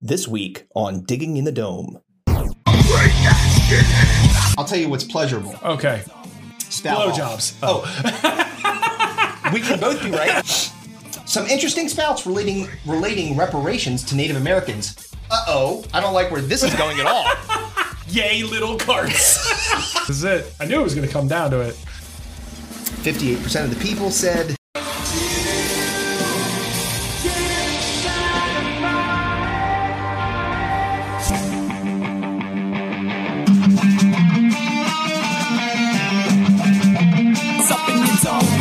This week on Digging in the Dome. I'll tell you what's pleasurable. Okay. Stout off. Blowjobs. Oh, we can both be right. Some interesting spouts relating relating reparations to Native Americans. Uh oh, I don't like where this is going at all. Yay, little carts! This is it. I knew it was going to come down to it. Fifty-eight percent of the people said It's up in your dome.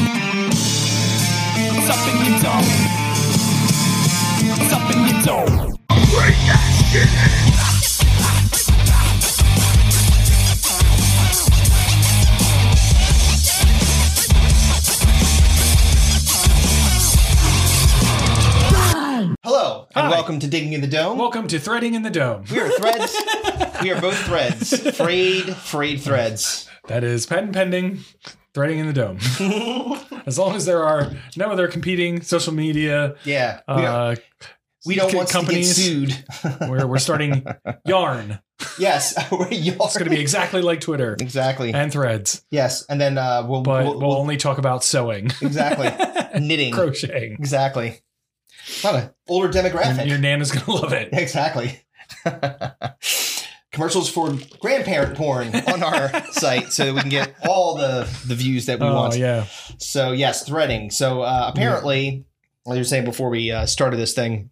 It's up in your dome. It's up in your dome. hello and Hi. welcome to Digging in the Dome. Welcome to Threading in the Dome. we are threads. we are both threads. Frayed, frayed threads. That is patent pending Threading in the Dome. as long as there are no other competing social media Yeah, we, are, uh, we don't c- want companies. to get sued. where we're starting Yarn. yes, we're y'all. It's going to be exactly like Twitter exactly and Threads, yes, and then uh, we'll, but we'll, we'll, we'll only talk about sewing, exactly knitting. crocheting. Exactly. Not an older demographic. Your, your nana's going to love it. Exactly. Commercials for grandparent porn on our site so that we can get all the, the views that we Oh, want. yeah. So, yes, threading. So, uh, apparently, like you were saying before we uh, started this thing,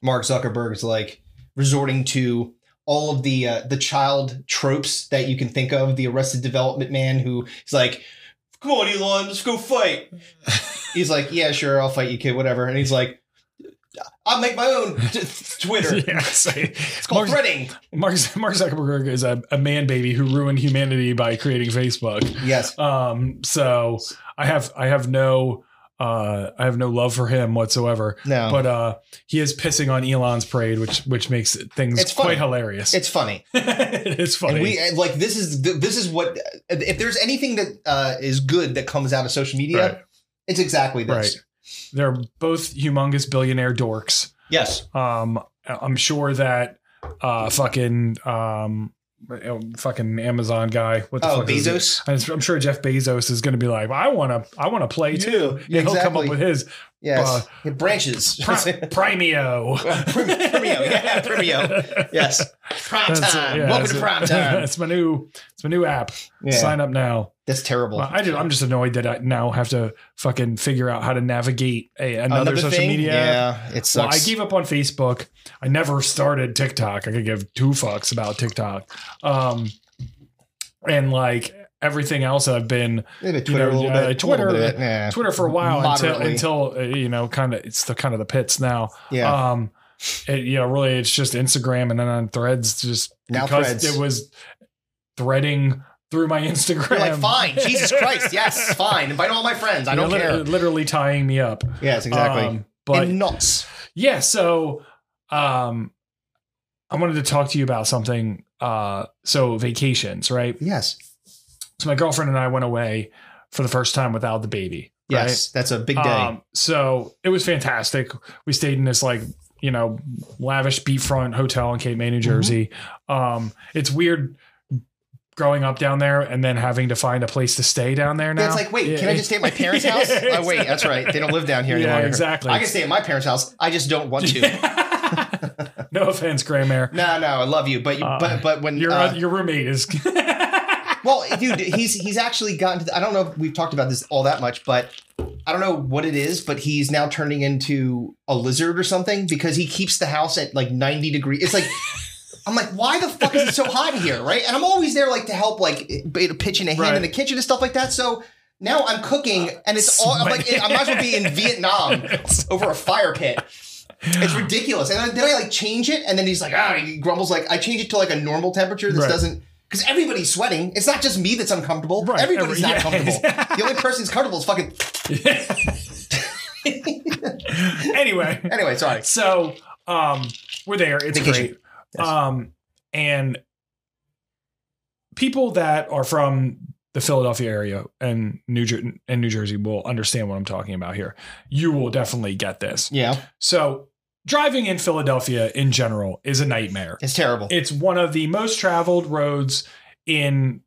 Mark Zuckerberg is like resorting to all of the uh, the child tropes that you can think of. The arrested development man who is like, come on, Elon, let's go fight. he's like, yeah, sure, I'll fight you, kid, whatever. And he's like, I'll make my own t- Twitter. Yes. It's called threading. Mark, Mark Zuckerberg is a, a man baby who ruined humanity by creating Facebook. Yes. Um, so I have I have no uh, I have no love for him whatsoever. No. But uh, he is pissing on Elon's parade, which which makes things It's funny. quite hilarious. it's funny. it is funny. And we and, like this is th- this is what if there's anything that uh, is good that comes out of social media, Right. it's exactly this. Right. They're both humongous billionaire dorks. Yes. Um, I- I'm sure that uh, fucking um, uh, fucking Amazon guy. What the Oh, fuck is his- Bezos. I'm I'm sure Jeff Bezos is going to be like, I want to, I want to play too. Yeah, He'll come exactly. up with his Yes. Uh, it branches. Pri- Primio. Primio, yeah, Primio. yes. Prime That's it, time. yeah, Welcome that's to it. prime time. it's my new, it's my new app. Yeah. Sign up now. That's terrible. Well, I just, I'm just annoyed that I now have to fucking figure out how to navigate a, another, social thing? media. app. Yeah, it Well, I sucks. gave up on Facebook. I never started TikTok. I could give two fucks about TikTok. Um, and like everything else, I've been Maybe you Twitter know, a little uh, bit. Twitter, a uh, little bit. Yeah. Twitter for a while Moderately. until until uh, you know kind of it's the kind of the pits now. Yeah. Um, it, you know, really, it's just Instagram and then on Threads, just Now because Threads. it was threading through my Instagram. You're like, fine, Jesus Christ, yes, fine. Invite all my friends. I You know, don't lit- care. Literally tying me up. Yes, exactly. uh, Um, but and knots. yeah, so um, I wanted to talk to you about something. Uh, so vacations, right? Yes. So my girlfriend and I went away for the first time without the baby. right? Yes. That's a big day. Um, so it was fantastic. We stayed in this like you know lavish beachfront hotel in Cape May, Mm-hmm. New Jersey. Um, it's weird growing up down there and then having to find a place to stay down there now. Yeah, it's like, wait, can I just stay at my parents' house? Yeah, Oh, wait, that's right. They don't live down here Yeah, anymore. exactly. I can stay at my parents' house. I just don't want to. no offense, Grandmare. No, no, I love you, but you, Uh, but but when Your uh, oth- your roommate is well, dude, he's he's actually gotten to. The, I don't know if we've talked about this all that much, but I don't know what it is, but he's now turning into a lizard or something because he keeps the house at like ninety degrees. It's like. I'm like, why the fuck is it so hot here, right? And I'm always there, like to help, like b- pitching a hand Right. Uh, in the kitchen and stuff like that. So now I'm cooking, and it's all. I'm like, I might as well be in Vietnam over a fire pit. It's ridiculous. And then, then I like change it, and then he's like, ah, he grumbles. Like I change it to like a normal temperature. This Right. doesn't because everybody's sweating. It's not just me that's uncomfortable. Right. Everybody's Every- not yeah. comfortable. the only person who's comfortable is fucking. anyway. Anyway, sorry. So um we're there. It's Vacation. great. Um and people that are from the Philadelphia area and New Jer- and New Jersey will understand what I'm talking about here. You will definitely get this. Yeah. So driving in Philadelphia in general is a nightmare. It's terrible. It's one of the most traveled roads in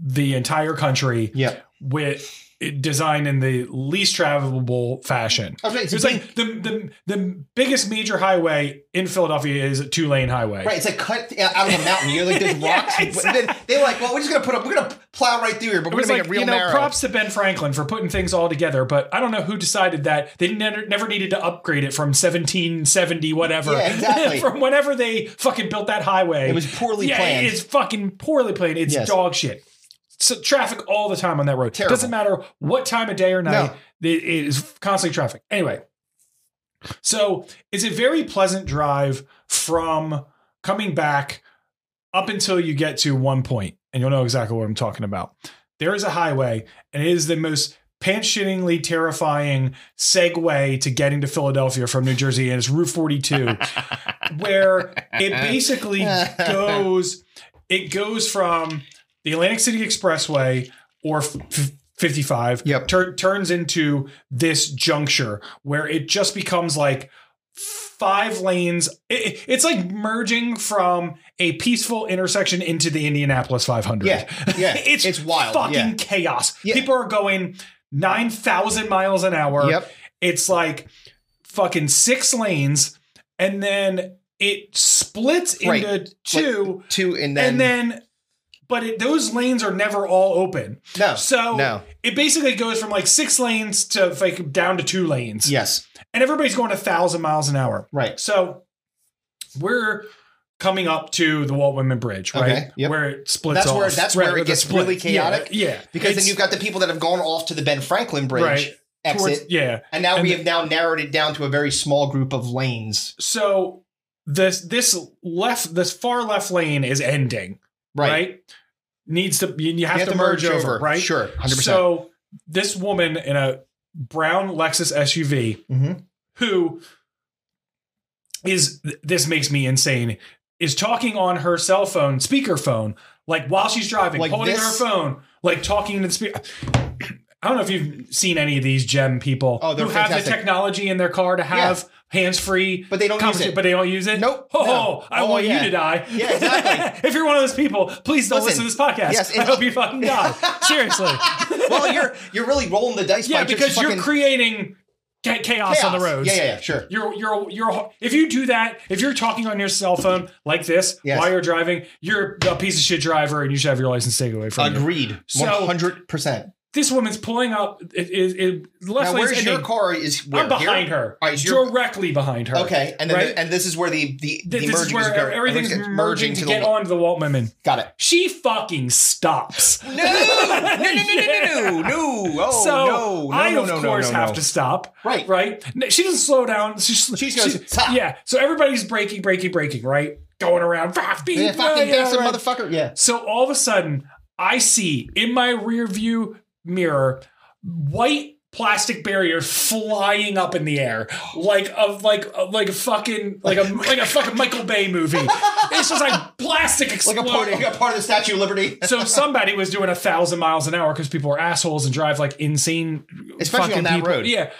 the entire country yeah. with designed in the least travelable fashion. I was right, it's, It's like, like the, the the biggest major highway in Philadelphia is a two lane highway. right, it's like cut out of a mountain. You're like, there's Yeah, rocks. and- but then they were like, well, we're just going to put up, we're going to plow right through here, but It we're going was to make like it real you know, narrow. props to Ben Franklin for putting things all together, but I don't know who decided that they never never needed to upgrade it from 1770 whatever Yeah, exactly. from whenever they fucking built that highway. it was poorly yeah, planned. it's fucking poorly planned. It's Yes. dog shit. So traffic all the time on that road. Terrible. Doesn't matter what time of day or night. No. It it is constantly traffic. Anyway, so it's a very pleasant drive from coming back up until you get to one point, and you'll know exactly what I'm talking about. There is a highway, and it is the most pants-shittingly terrifying segue to getting to Philadelphia from New Jersey, and it's Route 42, where it basically goes. It goes from the Atlantic City Expressway or f- f- 55 Yep. tur- turns into this juncture where it just becomes like five lanes. It- it- it's like merging from a peaceful intersection into the Indianapolis 500. yeah. Yeah. it's, wild. fucking yeah. chaos. Yeah. People are going 9,000 miles an hour. Yep. It's like fucking six lanes and then it splits Right. into two Two and then, and then but it, those lanes are never all open. no. So no. it basically goes from like six lanes to like down to two lanes. Yes. And everybody's going a thousand miles an hour. Right. So we're coming up to the Walt Whitman Bridge, right? Okay, yep. Where it splits That's off. where- that's where it with the gets split. really chaotic, Yeah. yeah. Because It's then you've got the people that have gone off to the Ben Franklin Bridge Right. exit. towards- yeah. and now and we the- have now narrowed it down to a very small group of lanes. So this this left this far left lane is ending, right? Needs to you, you have, to, merge, over, right? Sure. 100%. So this woman in a brown Lexus SUV Mhm. who is th- this makes me insane is talking on her cell phone speakerphone like while she's driving Like holding this? her phone like talking to the speaker I don't know if you've seen any of these gem people Oh, who they're have the fantastic. technology in their car to have hands-free But they don't use conversation, it. but they don't use it. Nope. Oh, No. I Oh, want yeah. you to die. Yeah, exactly. if you're one of those people, please don't Listen, listen, to this podcast. yes, I and- hope you fucking die. Seriously. well, you're you're really rolling the dice. yeah, by just because you're fucking creating cha- chaos, on the chaos. roads. Yeah, yeah, yeah, sure. You're, you're, you're, if you do that, if you're talking on your cell phone like this Yes. while you're driving, you're a piece of shit driver and you should have your license taken away from you. Agreed. So- One hundred percent. This woman's pulling up. It, it, it, left Now, lane's where's your ending. car? Is where I'm behind Here? her. All right, so you're- directly behind her. Okay, and then Right? and this is where the the, the Th- this is merging where going. everything's merging to get onto the Walt Whitman. Got it. She fucking stops. No, no, no, no, no, no, no, no. Oh so no, no, I no, of no, no, course no, have no. to stop. Right. Right. No, She doesn't slow down. She, just- She just goes, "Stop." yeah. So everybody's breaking, breaking, breaking. Right. Going around. "Fuck, Yeah, beep, fucking yeah, bastard right." motherfucker. Yeah. So all of a sudden, I see in my rear view mirror white plastic barrier flying up in the air like of like of like a fucking like a like a fucking Michael Bay movie. It's just like plastic Like exploding. a part, like a part of the Statue of Liberty, so somebody was doing a thousand miles an hour because people are assholes and drive like insane, Especially on fucking that people. road. Yeah,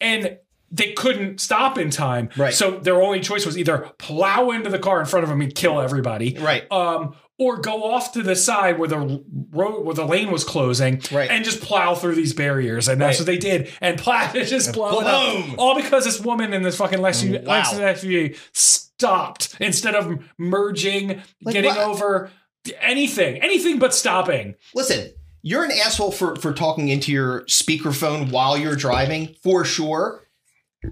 and they couldn't stop in time. Right. So their only choice was either plow into the car in front of them and kill everybody, Right. Um, or go off to the side where the road where the lane was closing, Right. and just plow through these barriers. And that's Right. what they did. And plow it just blown Boom. up, all because this woman in this fucking Lexus, Wow. Lexus SUV stopped instead of merging, Like, getting what- over anything, anything but stopping. Listen, you're an asshole for for talking into your speakerphone while you're driving, for sure.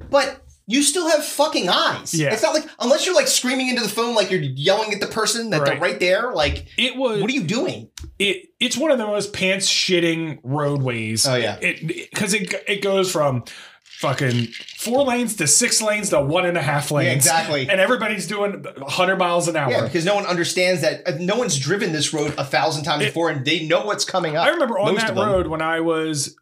But you still have fucking eyes. Yeah. It's not like unless you're like screaming into the phone like you're yelling at the person that Right. they're right there. Like, It was what are you doing? it. It's one of the most pants shitting roadways. Oh, yeah. it because it, it goes from fucking four lanes to six lanes to one and a half lanes. exactly. And everybody's doing hundred miles an hour. Yeah, because no one understands that. uh, No one's driven this road a thousand times It- before, and they know what's coming up. I remember on Most that of them. road when I was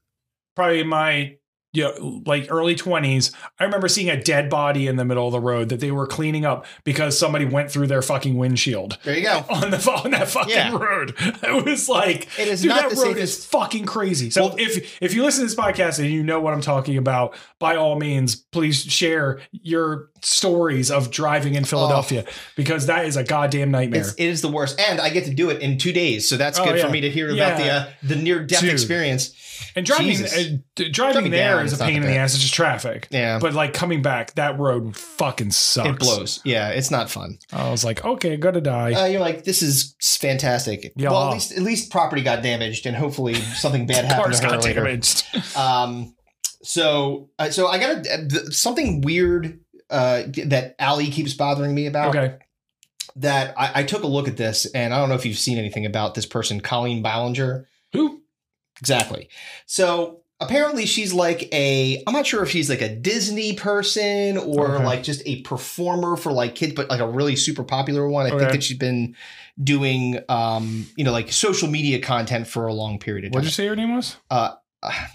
probably in my you know, like early 20s. I remember seeing a dead body in the middle of the road that they were cleaning up because somebody went through their fucking windshield There you go. on the on that fucking Yeah. road. It was like It is dude, not that the road is safest- fucking crazy. So Well- if if you listen to this podcast and you know what I'm talking about, by all means, please share your stories of driving in Philadelphia because that is a goddamn nightmare. Oh. It's, it is the worst, and I get to do it in two days, so that's Oh, good yeah. for me to hear about the Yeah. uh, the near death Dude. experience. and driving Jesus. uh, d- driving, Driving there down is is a not pain in that the bad. ass. It's just traffic. Yeah, But like coming back, that road fucking sucks. it blows. Yeah, it's not fun. I was like, okay, gonna die. Uh, you're like, this is fantastic. Yeah. Well, at least at least property got damaged, and hopefully something bad happened Cars to her got later. damaged. Um, so uh, so I got a, th- something weird uh, that Allie keeps bothering me about. Okay. That I, I took a look at this, and I don't know if you've seen anything about this person, Colleen Ballinger. Who? Exactly. So apparently she's like a I'm not sure if she's like a Disney person or Okay. like just a performer for like kids, but like a really super popular one. I think Okay. that she's been doing um, you know, like social media content for a long period of What did you time. Uh, say your name was?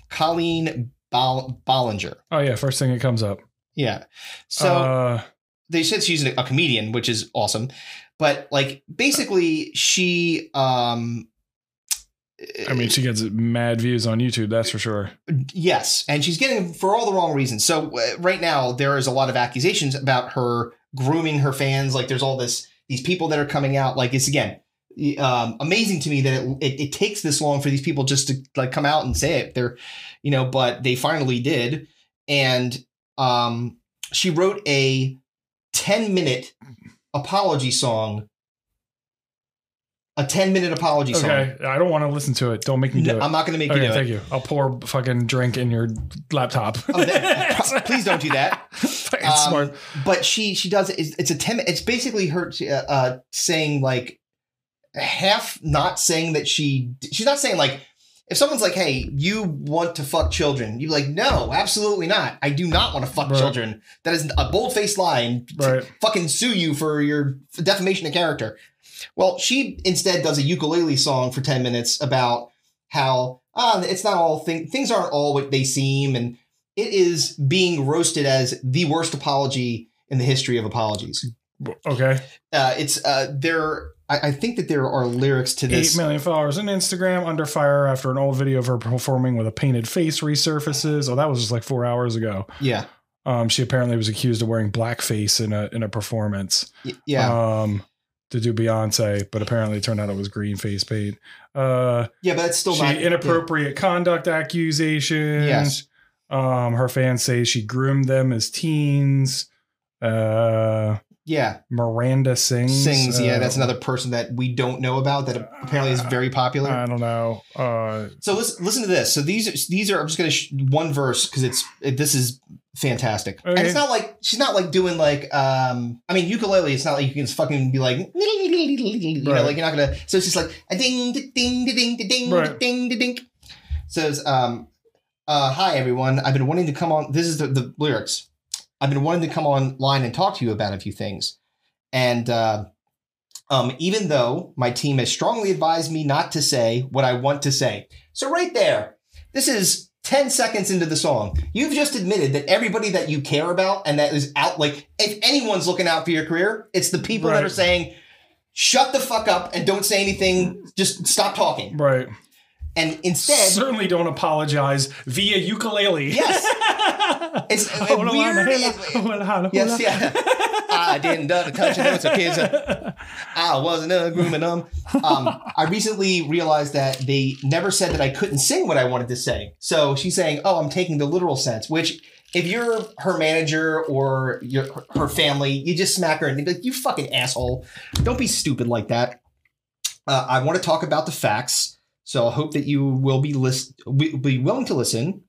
Colleen Ball- Bollinger. Oh yeah, first thing that comes up. Yeah. So uh, they said she's a comedian, which is awesome. But like basically she um I mean, she gets mad views on YouTube, that's for sure. Yes, and she's getting for all the wrong reasons. So uh, right now there is a lot of accusations about her grooming her fans. Like there's all this these people that are coming out. Like it's again um, amazing to me that it, it, it takes this long for these people just to like come out and say it. They're you know, but they finally did. And um, she wrote a ten minute apology song. A ten minute apology song. Okay, I don't want to listen to it. Don't make me do No, it. I'm not going to make okay, you do it. thank you. I'll pour fucking drink in your laptop. Oh, that- please don't do that. Fucking Um, smart. but she she does it's, it's a 10 it's basically her uh, uh saying like half not saying that she she's not saying like if someone's like hey you want to fuck children you're like no absolutely not i do not want to fuck Right. children that is a bold-faced lie and t- Right. fucking sue you for your defamation of character well she instead does a ukulele song for 10 minutes about how ah, it's not all thing things aren't all what they seem and it is being roasted as the worst apology in the history of apologies. Okay. Uh, it's uh, there. I, I think that there are lyrics to this. Eight million followers on Instagram, under fire after an old video of her performing with a painted face resurfaces. Oh, that was just like four hours ago. Yeah, Um, she apparently was accused of wearing blackface in a in a performance. y- yeah, Um, to do Beyonce, but apparently it turned out it was green face paint. Uh, yeah. But that's still she not inappropriate conduct accusations. Yes. Um, her fans say she groomed them as teens. Uh, Yeah, Miranda sings. sings. Uh, yeah, that's another person that we don't know about that apparently is very popular. I don't know. Uh, So listen, listen to this. So these are- these are. I'm just gonna sh- one verse because it's it, this is fantastic. And Okay. it's not like she's not like doing like um. I mean ukulele. It's not like you can just fucking be like you know Right. like you're not gonna. So it's just like a ding da, ding da, ding da, ding da, Right. ding da, ding. So it's um. Uh, hi everyone. I've been wanting to come on. This is the, the lyrics. I've been wanting to come online and talk to you about a few things, and. uh um, even though my team has strongly advised me not to say what I want to say. So, right there, this is 10 seconds into the song. You've just admitted that everybody that you care about and that is out, like, if anyone's looking out for your career, it's the people that Right. are saying, shut the fuck up and don't say anything, just stop talking. right. And instead, Certainly don't apologize via ukulele. yes, it's a Hold on, weird. hold on, hold on, hold yes, on. yeah. I didn't uh, touch it. It's a kid's. uh, I wasn't uh, grooming them. Um, I recently realized that they never said that I couldn't sing what I wanted to sing. So she's saying, "Oh, I'm taking the literal sense." Which, if you're her manager or your her family, you just smack her and be like, "You fucking asshole! Don't be stupid like that." Uh, I want to talk about the facts, so I hope that you will be list will be willing to listen.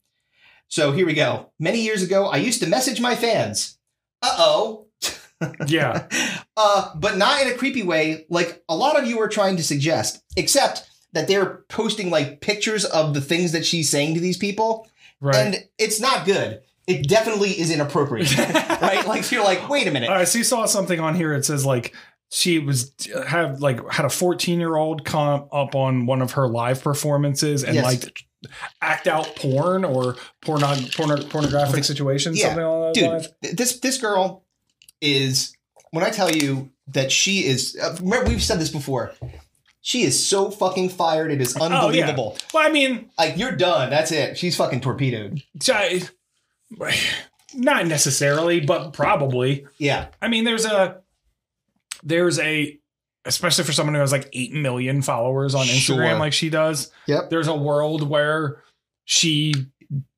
So here we go. Many years ago, I used to message my fans. Uh oh, yeah. uh, but not in a creepy way, like a lot of you are trying to suggest, except that they're posting like pictures of the things that she's saying to these people, Right. and it's not good. It definitely is inappropriate, right? Like you're like, wait a minute, I see saw something on here. It says like she was have like had a 14 year old come up on one of her live performances and Yes. liked act out porn or porno, porno, pornographic situations, Yeah, something along those lines. dude th- this this girl is when i tell you that she is uh, remember we've said this before she is so fucking fired it is Oh, yeah. unbelievable Well, I mean, like you're done that's it she's fucking torpedoed I- not necessarily, but probably. yeah I mean, there's a there's a especially for someone who has like eight million followers on Instagram, Sure. like she does. Yep. There's a world where she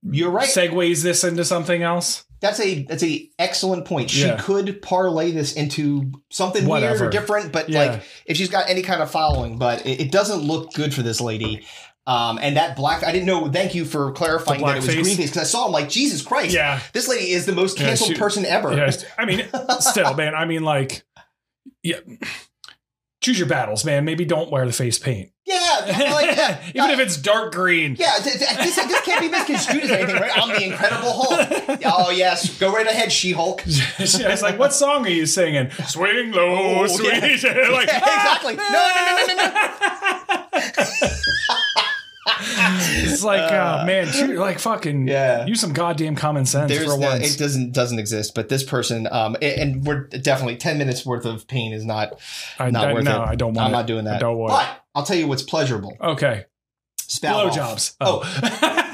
you're right segues this into something else. that's a that's a excellent point she Yeah. could parlay this into something Whatever. weird or different but Yeah. like if she's got any kind of following but it, it doesn't look good for this lady um, and that black i didn't know thank you for clarifying that it was blackface? green face because i saw him like jesus christ yeah. this lady is the most Yeah, canceled she- person ever Yeah, I mean, still, man. I mean, like, yeah. Choose your battles, man. Maybe don't wear the face paint, Yeah, like yeah, even if it's dark green. yeah. th- th- This, this can't be misconstrued as anything, right? I'm the Incredible Hulk. Oh yes, go right ahead, She Hulk. it's like, what song are you singing? Swing low, Oh, sweet. like, exactly. No, no, no, no, no, no. It's like, Uh, oh man, shoot, like fucking Yeah. use some goddamn common sense There's for the, once. it doesn't doesn't exist, but this person, um, a- and we're definitely ten minutes worth of pain is not I, not I- worth no, it. I don't want I'm it. not doing that. don't want it. but I'll tell you what's pleasurable. Okay, Spout off. blowjobs. Oh.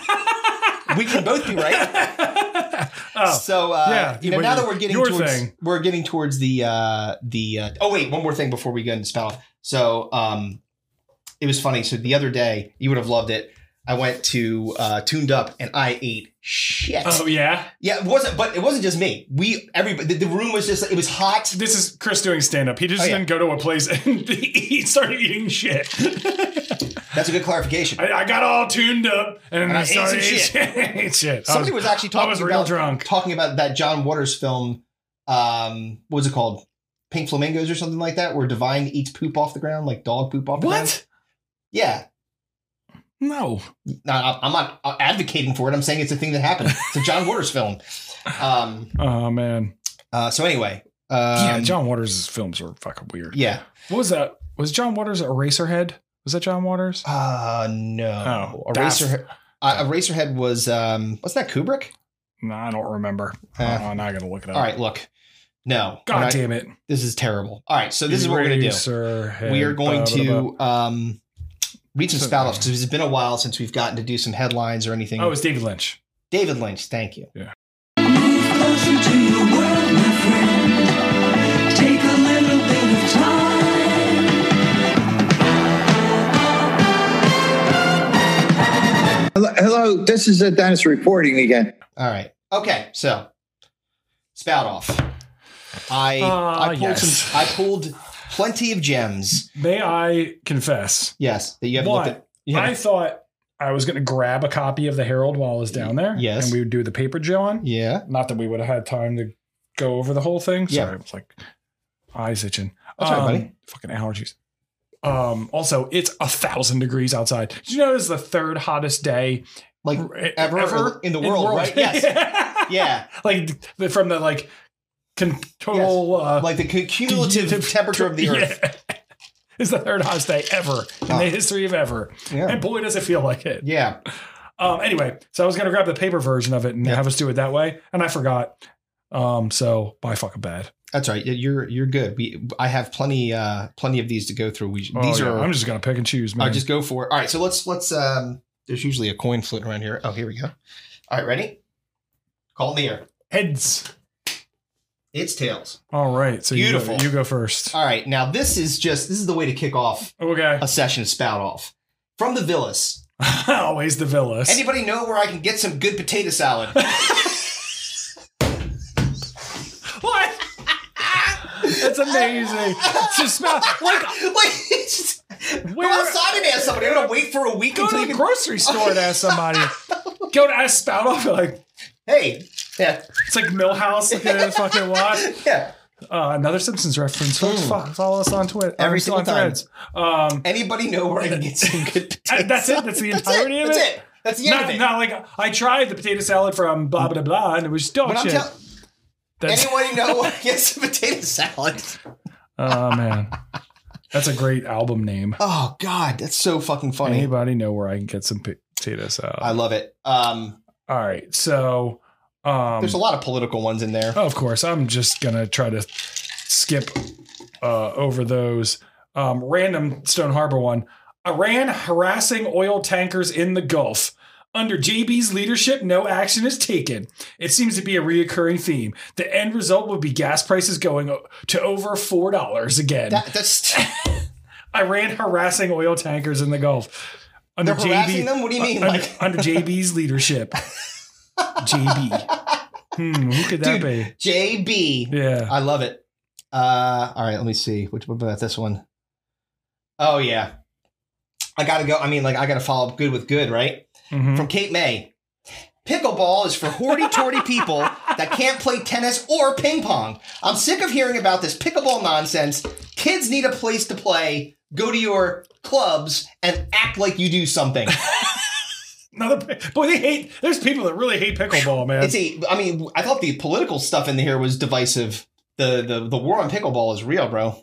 We can both be right. oh. So uh, Yeah, you know, but now that your- we're getting your towards thing. we're getting towards the uh, the uh, oh wait one more thing before we go into spout off. So um, it was funny. So the other day you would have loved it. I went to uh, tuned up and I ate shit. Oh yeah, Yeah, it wasn't. But it wasn't just me. We everybody. The, the room was just it was hot. this is Chris doing stand up. He just Oh, yeah. didn't go to a place and he started eating shit. That's a good clarification. I, I got all tuned up and, And I I ate started some eating shit. ate shit. Oh, I Somebody was- was, actually talking was real about drunk. talking about that John Waters film. Um, what was it called? Pink flamingos or something like that, where Divine eats poop off the ground, like dog poop off the ground. what? Yeah, No. No, I- I'm not uh, advocating for it. I'm saying it's a thing that happened. It's a John Waters film. Um, Oh man. uh, so anyway, um, yeah, John Waters' films were fucking weird. yeah. What was that? Was John Waters Eraserhead? Was that John Waters? Uh, no, Oh, Eraser. Uh, Eraserhead was um, was that Kubrick? No, I don't remember. Uh, I don't know. Now I gotta look it up. All right, look, no, God All right, damn it. this is terrible. All right, so this is what we're gonna do. Eraserhead. We are going uh, Blah, blah, to blah. um, read some So- spout offs because it's been a while since we've gotten to do some headlines or anything. Oh, it's David Lynch. David Lynch, thank you. Closer to your world, my friend. Take a little bit of time. Hello- Hello, this is uh, Dennis reporting again. All right, okay, so spout off. I Ah, I pulled yes. some. I pulled plenty of gems. May I confess? Yes, that you haven't One, looked at. you haven't- I thought I was going to grab a copy of the Herald while I was down there. Yes. And we would do the paper Joe on. yeah, Not that we would have had time to go over the whole thing. Yeah. Sorry, I was like, eyes itching. That's all right, Um, buddy. Fucking allergies. Um, also, it's a thousand degrees outside. Did you know it's the third hottest day like r- ever in the world, right? Yes. yeah. yeah, Like th- from the like con- total uh, like the cu- cumulative temperature of the earth. Yeah. It's the third hottest day ever in Ah. the history of ever. Yeah, And boy, does it feel like it. yeah. Um, anyway, so I was going to grab the paper version of it and Yeah. have us do it that way. And I forgot. Um, so by fucking bad. That's right. You're you're good. We I have plenty uh plenty of these to go through. We Oh, these yeah, are I'm just going to pick and choose, I man. just go for. All right, so let's let's um. There's usually a coin floating around here. Oh, here we go. All right, ready? Call in the air. Heads. It's tails. All right. So you go, Beautiful. Uh, you go first. All right, now this is just this is the way to kick off Okay. a session of spout off from the Villas. uh, Always the villas. Anybody know where I can get some good potato salad? what? That's amazing. It's just smell like like, it's just, Where- go outside and ask somebody. I'm gonna wait for a week go until to you the can. grocery store and ask somebody. go to ask spout off like hey, yeah, it's like Millhouse looking at a fucking watch. yeah. Uh, another Simpsons reference. Folks, fuck, follow us on Twitter. Hmm. Every on single time. Threads. Um, Anybody know where I can get some good potato? Uh, that's it. That's the That's entirety it. of That's it. it. That's the end of Not, it. not like I tried the potato salad from blah blah blah, and it was dog But I'm shit. tell- That's- anybody know where I can get some potato salad? oh man, That's a great album name. Oh God, that's so fucking funny. Anybody know where I can get some potatoes out? I love it. Um, All right, so um, there's a lot of political ones in there. Oh, of course. I'm just going to try to skip uh, over those. Um, random Stone Harbor one Iran harassing oil tankers in the Gulf. Under JB's leadership, no action is taken. It seems to be a reoccurring theme. The end result would be gas prices going o- to over $4 again. That, that's Iran harassing oil tankers in the Gulf. Under uh, They're harassing them? What do you mean, Under, like- under JB's leadership. JB. Hmm, who could that be? JB. Yeah. I love it. Uh, all right, let me see. Which what about this one? Oh yeah, I gotta go. I mean, like I gotta follow up good with good, right? Mhm. From Kate May. Pickleball is for hoity-toity people that can't play tennis or ping pong. I'm sick of hearing about this pickleball nonsense. Kids need a place to play. Go to your clubs and act like you do something. Another boy, they hate. There's people that really hate pickleball, man. It's a, I mean, I thought the political stuff in here was divisive. The the the war on pickleball is real, bro.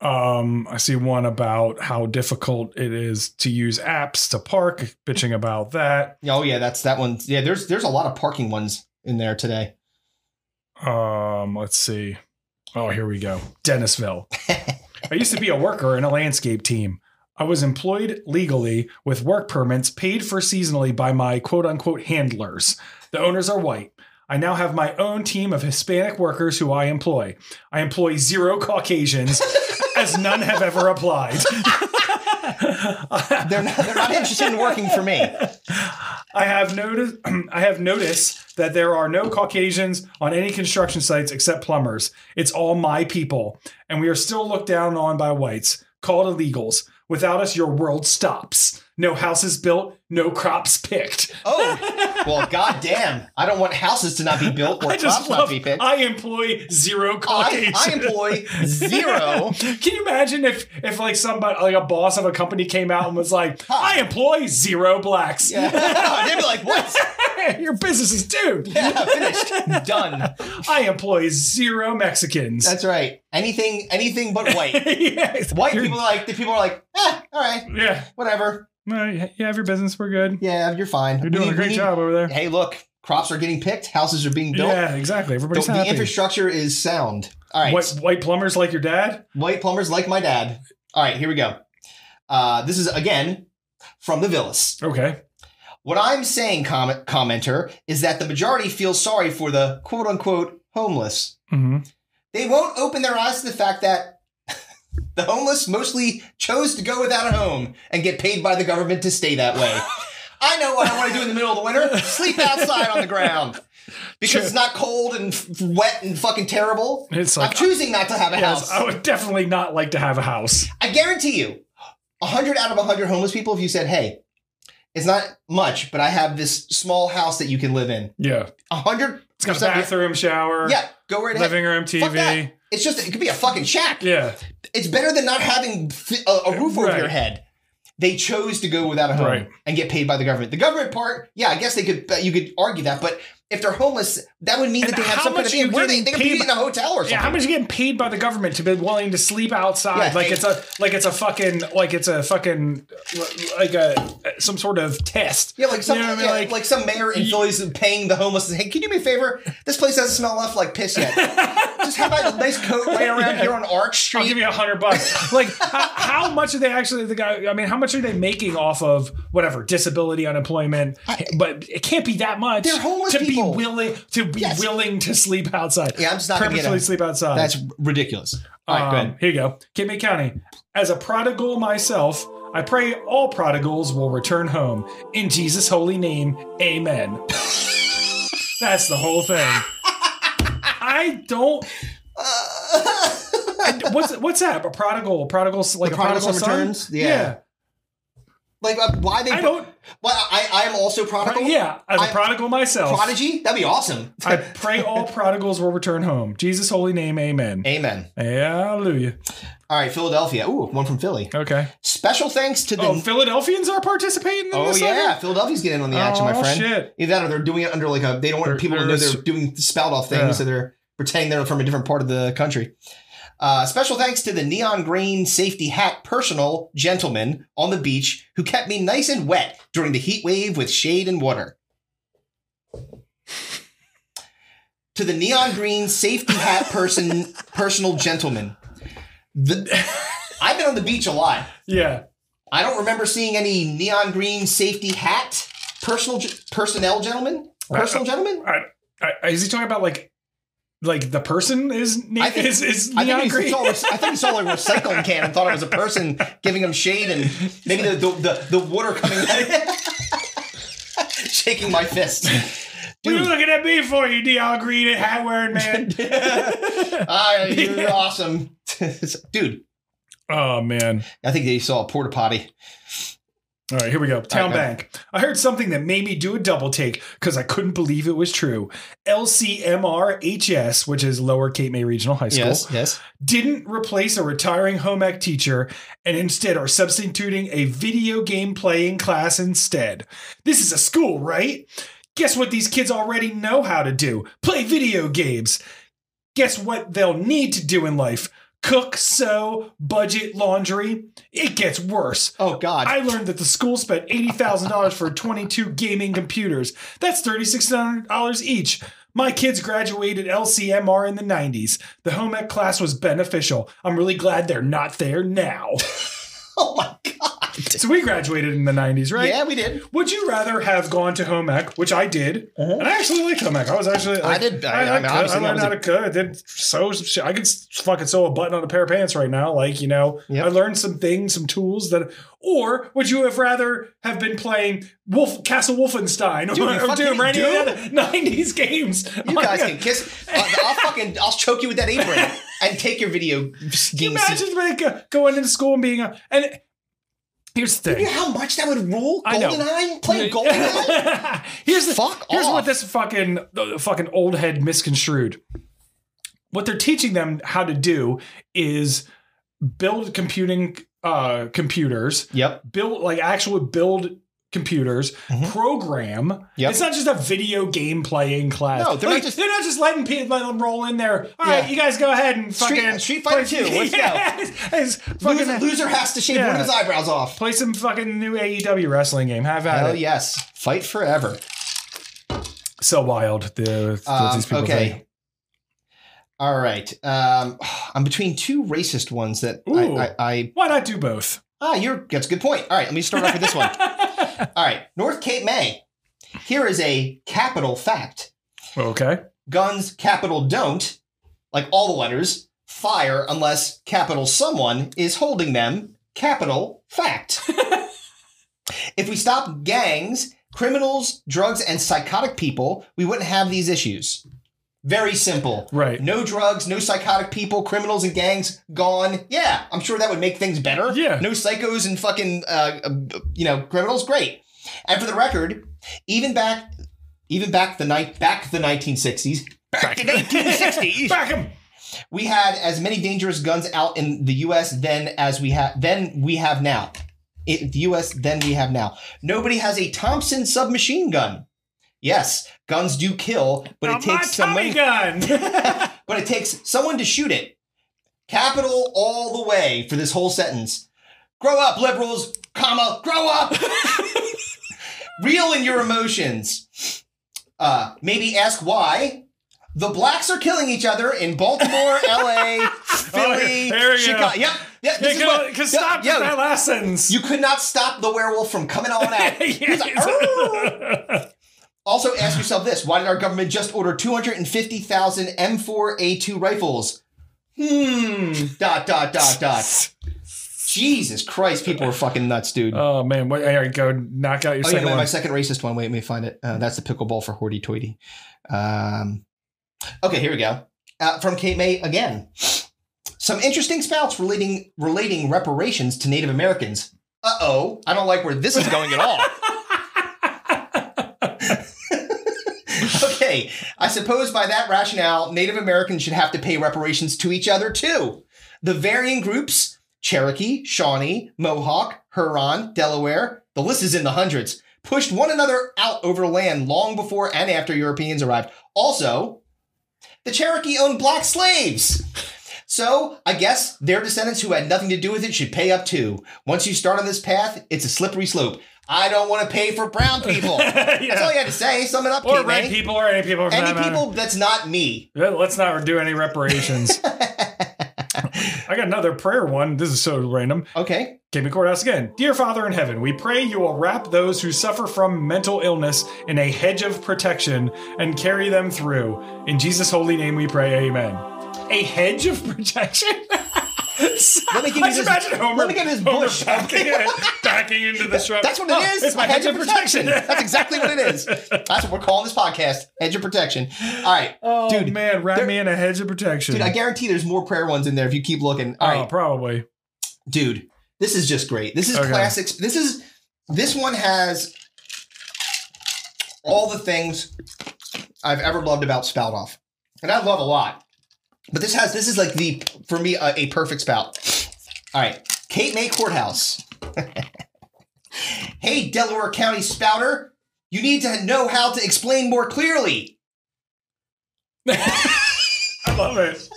um, I see one about how difficult it is to use apps to park. Bitching about that. Oh yeah, that's that one. Yeah, there's there's a lot of parking ones in there today. Um, let's see. Oh, here we go. Dennisville. I used to be a worker in a landscape team. I was employed legally with work permits paid for seasonally by my quote unquote handlers. The owners are white. I now have my own team of Hispanic workers who I employ. I employ zero Caucasians, as none have ever applied. They're not, they're not interested in working for me. I have noticed I have noticed that there are no Caucasians on any construction sites except plumbers. It's all my people, and we are still looked down on by whites, called illegals. Without us, your world stops. No houses built, no crops picked. Oh well, goddamn! I don't want houses to not be built or I crops just not love. to be picked. I, I employ zero Caucasians. I employ zero. Can you imagine if if like somebody like a boss of a company came out and was like, I employ zero blacks. Yeah. They'd be like, "What? Your business is doomed. Yeah, finished, done." I employ zero Mexicans. That's right. Anything, anything but white. yes. White You're- people are like the people are like, eh, all right, Yeah. whatever. No, you you have your business. We're good. Yeah, you're fine. You're We doing need- we a great need- job over there. Hey, look, crops are getting picked, houses are being built. Yeah, exactly. The, Everybody's the happy. infrastructure is sound. All right, White, white plumbers like your dad? white plumbers like my dad. All right, here we go. Uh, this is again from the Villas. Okay. What I'm saying, comment commenter, is that the majority feels sorry for the quote unquote homeless. Mm-hmm. They won't open their eyes to the fact that the homeless mostly chose to go without a home and get paid by the government to stay that way. I know what I want to do in the middle of the winter sleep outside on the ground because it's not cold and f- wet and fucking terrible. It's I'm like, choosing not to have a yes, house. I would definitely not like to have a house. I guarantee you, 100 out of 100 homeless people, if you said, hey, it's not much, but I have this small house that you can live in. Yeah. 100. It's got a bathroom, shower, Yeah, go right ahead. living room, Fuck that. TV. It's just, it could be a fucking shack. Yeah. it's better than not having fi- a, a roof over Right. your head. They chose to go without a home Right. and get paid by the government. The government part, yeah, I guess they could you could argue that, but if they're homeless, that would mean And that they have how some kind of much are you in- where they getting they could be paid in a hotel or something. Yeah, how much are you getting paid by the government to be willing to sleep outside? Yeah, like they- it's a like it's a fucking like it's a fucking like a some sort of test. Yeah, like some You know what I mean? yeah, like, Like- some mayor in Philly's paying the homeless. Hey, can you do me a favor? This place doesn't smell enough like piss yet. Just have a nice coat right around here on Arch I'll give Street. you a hundred bucks. like, how, how much are they actually the guy? I mean, how much are they making off of whatever disability, unemployment? but it can't be that much. They're homeless to people. be willing to be Yes. willing to sleep outside. Yeah, I'm just not gonna get purposely it. sleep outside. That's ridiculous. All right, go Um, ahead. Here you go. Kidney County. As a prodigal myself, I pray all prodigals will return home. In Jesus' holy name, amen. That's the whole thing. I don't. I- what's what's that? A prodigal, prodigal, like The prodigal a prodigal son son? returns? Yeah. Like uh, why they? I don't. Well, I I am also prodigal. Yeah, as a I- prodigal myself, prodigy. That'd be awesome. I pray all prodigals will return home. Jesus' holy name, amen. Amen. Hallelujah. All right, Philadelphia. Ooh, one from Philly. Okay. Special thanks to the. Oh, Philadelphians are participating in Oh, this. yeah, sucker? Philadelphia's getting on the action, my Oh, friend. shit. Either that, or they're doing it under like a. They don't want They're- people to they're know s- they're doing spout off things, Yeah. so they're pretending they're from a different part of the country. Uh, special thanks to the neon green safety hat personal gentleman on the beach who kept me nice and wet during the heat wave with shade and water. To the neon green safety hat person personal gentleman. The- I've been on the beach a lot. Yeah. I don't remember seeing any neon green safety hat personal ge- personnel gentleman. Personal gentleman? I- I- Is he talking about like, like the person is na- I think- is is I neon think, he green? saw, I think he saw a recycling can and thought it was a person giving him shade and maybe the, the, the, the water coming out. Shaking my fist. What are you Dude, looking at me for, you neon green hat wearing man? ah, you're awesome. Dude, oh man! I think they saw a porta potty. All right, here we go. Town Okay. Bank. I heard something that made me do a double take because I couldn't believe it was true. LCMRHS, which is Lower Cape May Regional High School, yes. didn't replace a retiring home ec teacher and instead are substituting a video game playing class instead. This is a school, right? Guess what these kids already know how to do? Play video games. Guess what they'll need to do in life? Cook, sew, budget, laundry. It gets worse. Oh, God. I learned that the school spent eighty thousand dollars for twenty-two gaming computers. That's thirty-six hundred dollars each. My kids graduated LCMR in the '90s. The home ec class was beneficial. I'm really glad they're not there now. oh, my God. so we graduated in the '90s, right? Yeah, we did. Would you rather have gone to home ec, which I did, and I actually liked home ec. I was actually like, did- I- I mean, could- obviously, that learned was how a- to cook. I did sew some shit. I could s- fucking sew a button on a pair of pants right now. Like you know, Yep. I learned some things, some tools that. Or would you have rather have been playing Wolf Castle Wolfenstein Dude, you or, or fucking Doom or any Doom? of the other '90s games? You Oh, guys yeah. can kiss. Uh, I'll fucking, I'll choke you with that apron and take your video game Can you seat. imagine like, uh, going into school and being a and. Here's the You thing. know how much that would rule? I know. Goldeneye? Playing Goldeneye? here's the Fuck here's off. what this fucking uh, fucking old head misconstrued. What they're teaching them how to do is build computing uh, computers, Yep. build like actual build computers, program. Mm-hmm. Yep. It's not just a video game playing class. No, they're not Like, just- they're not just letting people let them roll in there. All right, Yeah. you guys go ahead and Street- fucking Street Fighter 2, let's go. go. fucking Loser, loser has to shave one of his Yeah. eyebrows off. play some fucking new AEW wrestling game. Have at it. Hell yes. Fight forever. so wild. The what Um, these people okay. think. All right. Um, I'm between two racist ones that Ooh. I, I, I. Why not do both? Ah, you're. That's a good point. All right. Let me start off with this one. All right. North Cape May. Here is a capital fact Okay. guns, capital don't, like all the letters, fire unless capital someone is holding them, capital fact. if we stop gangs, criminals, drugs, and psychotic people, we wouldn't have these issues. Very simple. Right. No drugs, no psychotic people, criminals and gangs gone. Yeah, I'm sure that would make things better. Yeah. No psychos and fucking, uh, uh, you know, criminals. Great. And for the record, even back, even back the night, back the 1960s, back the 1960s, Back him. we had as many dangerous guns out in the U.S. then as we have then we have now. It, the U.S. then we have now. Nobody has a Thompson submachine gun. Yes, guns do kill, but it takes someone. gun. but it takes someone to shoot it. Capital all the way for this whole sentence. Grow up, liberals, comma, grow up. Reel in your emotions. Uh, maybe ask why. The blacks are killing each other in Baltimore, LA, Philly, Oh, there we go. Chicago. Yep. Yep. This is what- Because yep, stop yo, that last sentence. you could not stop the werewolf from coming on out. He's like, "Arr!" Also, ask yourself this: Why did our government just order 250,000 M4A2 rifles? Hmm. Dot dot dot dot. Jesus Christ, people are fucking nuts, dude. oh man, wait, all right, go knock out your oh yeah, second my, my one. second racist one. Wait, let me find it. Uh, that's the pickleball for hoity toity. Um, okay, here we go. Uh, from Kate May again. Some interesting spouts relating relating reparations to Native Americans. Uh oh, I don't like where this is going at all. okay, I suppose by that rationale, Native Americans should have to pay reparations to each other too. The varying groups Cherokee, Shawnee, Mohawk, Huron, Delaware, the list is in the hundreds, pushed one another out over land long before and after Europeans arrived. Also, the Cherokee owned black slaves. So I guess their descendants who had nothing to do with it should pay up too. Once you start on this path, it's a slippery slope. I don't want to pay for brown people. That's all you had to say. Sum it up, Or Kate red May. people or any people. for Any that matter. people that's not me. Yeah, Let's not do any reparations. I got another prayer one. This is so random. Okay. KB Courthouse again. Dear Father in heaven, we pray you will wrap those who suffer from mental illness in a hedge of protection and carry them through. In Jesus' holy name we pray, amen. A hedge of protection? Let me give I you just this- imagine Homer, let me get this Homer bush. backing, in, backing into the shrub. That's what Oh, it is. It's my hedge of protection. That's exactly what it is. That's what we're calling this podcast. Hedge of protection. All right. Oh, Dude, man, wrap there- me in a hedge of protection. Dude, I guarantee there's more prayer ones in there if you keep looking. oh, All right. probably. dude this is just great this is Okay. classic this is this one has all the things i've ever loved about spout off and i love a lot but this has this is like the for me a, a perfect spout all right kate may courthouse hey delaware county spouter you need to know how to explain more clearly I love it.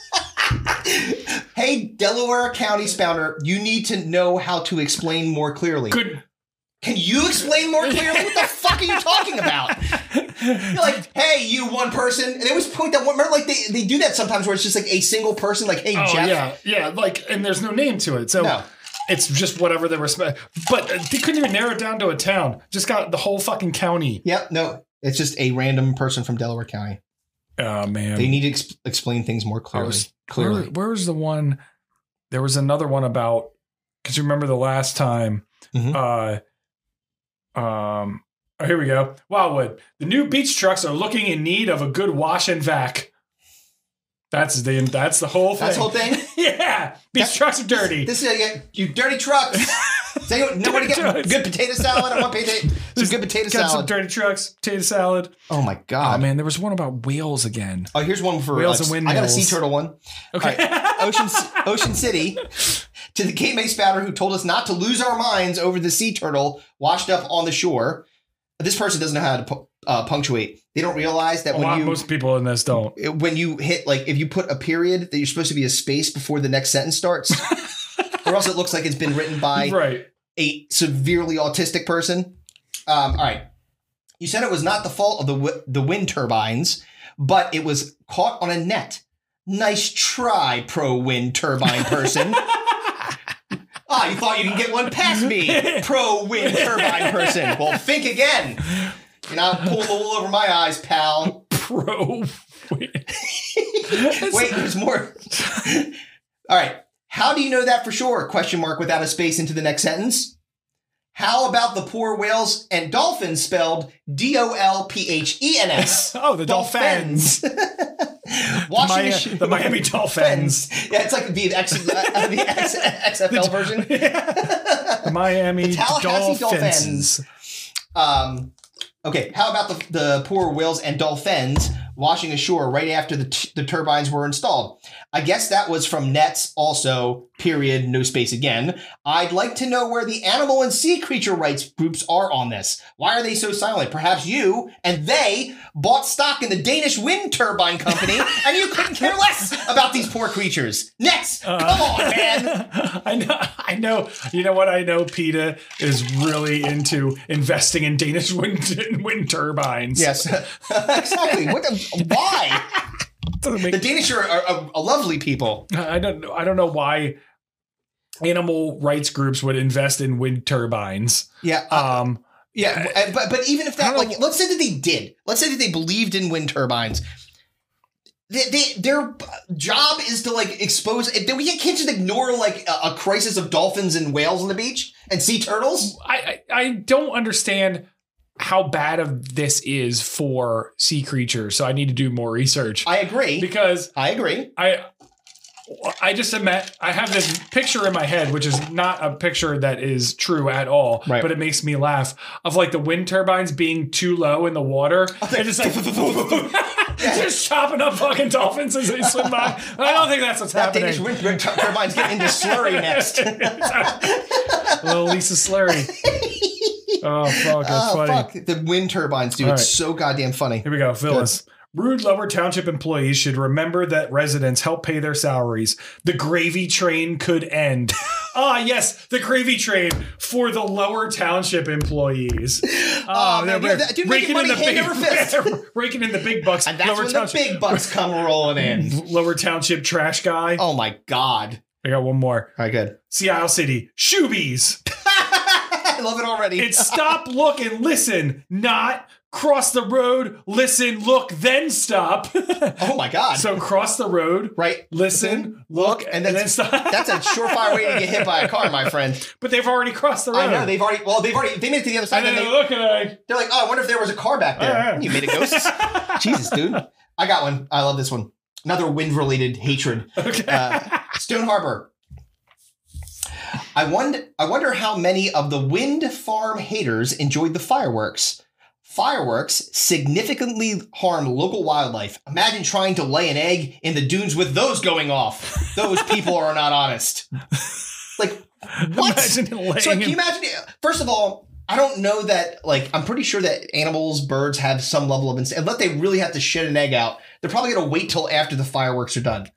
hey delaware county spouter you need to know how to explain more clearly Good. Can you explain more clearly what the fuck are you talking about? You're like, hey, you one person, and they always point that one. Remember, like they, they do that sometimes where it's just like a single person, like, hey, Oh, Jeff. yeah. Yeah. Like, and there's no name to it. So. No, It's just whatever they were. Spe- but uh, they couldn't even narrow it down to a town. Just got the whole fucking county. yep, no. It's just a random person from Delaware County. Oh man. They need to ex- explain things more clearly. was- clearly, Where, where was the one? There was another one about because you remember the last time. Mm-hmm. Uh, um. Oh, here we go. Wildwood. The new beach trucks are looking in need of a good wash and vac. That's the that's the whole thing. that's the whole thing. yeah, beach That- trucks are dirty. This is a, you dirty trucks. Does anyone- nobody Dirty get trucks. good potato salad? I want potato, some good potato Got some salad. dirty trucks, potato salad. oh my Oh, god, man, there was one about whales again. Oh, here's one for Whales uh, and I got a windmills. sea turtle one. Okay. All right. Ocean, Ocean City. To the Cape May spouter who told us not to lose our minds over the sea turtle washed up on the shore. This person doesn't know how to pu- uh, punctuate. They don't realize that A when lot, you most people in this don't. when you hit like if you put a period that you're supposed to be a space before the next sentence starts, or else it looks like it's been written by right. a severely autistic person. Um, all right. You said it was not the fault of the w- the wind turbines, but it was caught on a net. Nice try, pro wind turbine person. ah, you thought you can get one past me, pro wind turbine person. Well, think again. You're not pulling the wool over my eyes, pal. Pro. Wait, there's more. All right. How do you know that for sure? Question mark without a space into the next sentence. How about the poor whales and dolphins spelled D O L P H E N S? Oh, the Dolphins. Washing Mi- machine- the Miami Dolphins. Yeah, it's like the, X, uh, the X, XFL version. The Miami The Tallahassee Dolphins. Dolphins. Um, okay, how about the, the poor whales and dolphins washing ashore right after the, t- the turbines were installed? I guess that was from nets, also, period, no space again. I'd like to know where the animal and sea creature rights groups are on this. Why are they so silent? Perhaps you and they bought stock in the Danish wind turbine company and you couldn't care less about these poor creatures. Nets, come on, man. I know. I know. You know what? I know. Peta is really into investing in Danish wind wind turbines. Yes, exactly. What the, why? Doesn't make The Danish are, are, are lovely people. I don't know. I don't know why animal rights groups would invest in wind turbines. Yeah, uh, Um, yeah. w- uh, But but even if that, I don't- like, let's say that they did. Let's say that they believed in wind turbines. They, they, their job is to like expose. if- We can't just ignore like a, a crisis of dolphins and whales on the beach and sea turtles. I, I I don't understand how bad of this is for sea creatures. So I need to do more research I agree. because I agree. I I just admit I have this picture in my head, which is not a picture that is true at all, Right. but it makes me laugh of like the wind turbines being too low in the water and it's like just chopping up fucking dolphins as they swim by. I don't think that's what's That happening. Danish wind wind turbines get into slurry next. Little Lisa Slurry. oh fuck, oh that's funny. fuck! The wind turbines, dude. All right. It's so goddamn funny. Here we go, Phyllis. Rude Lower Township employees should remember that residents help pay their salaries. The gravy train could end. ah, yes, the gravy train for the Lower Township employees. Aw, Oh, man, you're that- dude, making money hand over fist. raking in the big bucks. And that's Lower when Township, the big bucks come rolling in. Lower Township trash guy. Oh my god! I got one more. All right, good. Seattle City shoebies. I love it already. It's stop, look, and listen, not cross the road, listen, look, then stop. oh my god! so cross the road, right, listen, look, and and, then- then stop. that's a surefire way to get hit by a car, my friend. but they've already crossed the road. I know they've already. Well, they've already. They made it to the other side. and And then they, they look like they're like, "Oh, I wonder if there was a car back there." Oh, Yeah. You made a ghost. Jesus, dude. I got one. I love this one. Another wind-related hatred. okay. Uh, Stone Harbor. I wonder, I wonder how many of the wind farm haters enjoyed the fireworks. Fireworks significantly harm local wildlife. Imagine trying to lay an egg in the dunes with those going off. Those people are not honest. Like, what? Imagine it laying so like, in- can you imagine? First of all, I don't know that. Like, I'm pretty sure that animals, birds have some level of instinct. Unless they really have to shit an egg out, they're probably gonna wait till after the fireworks are done.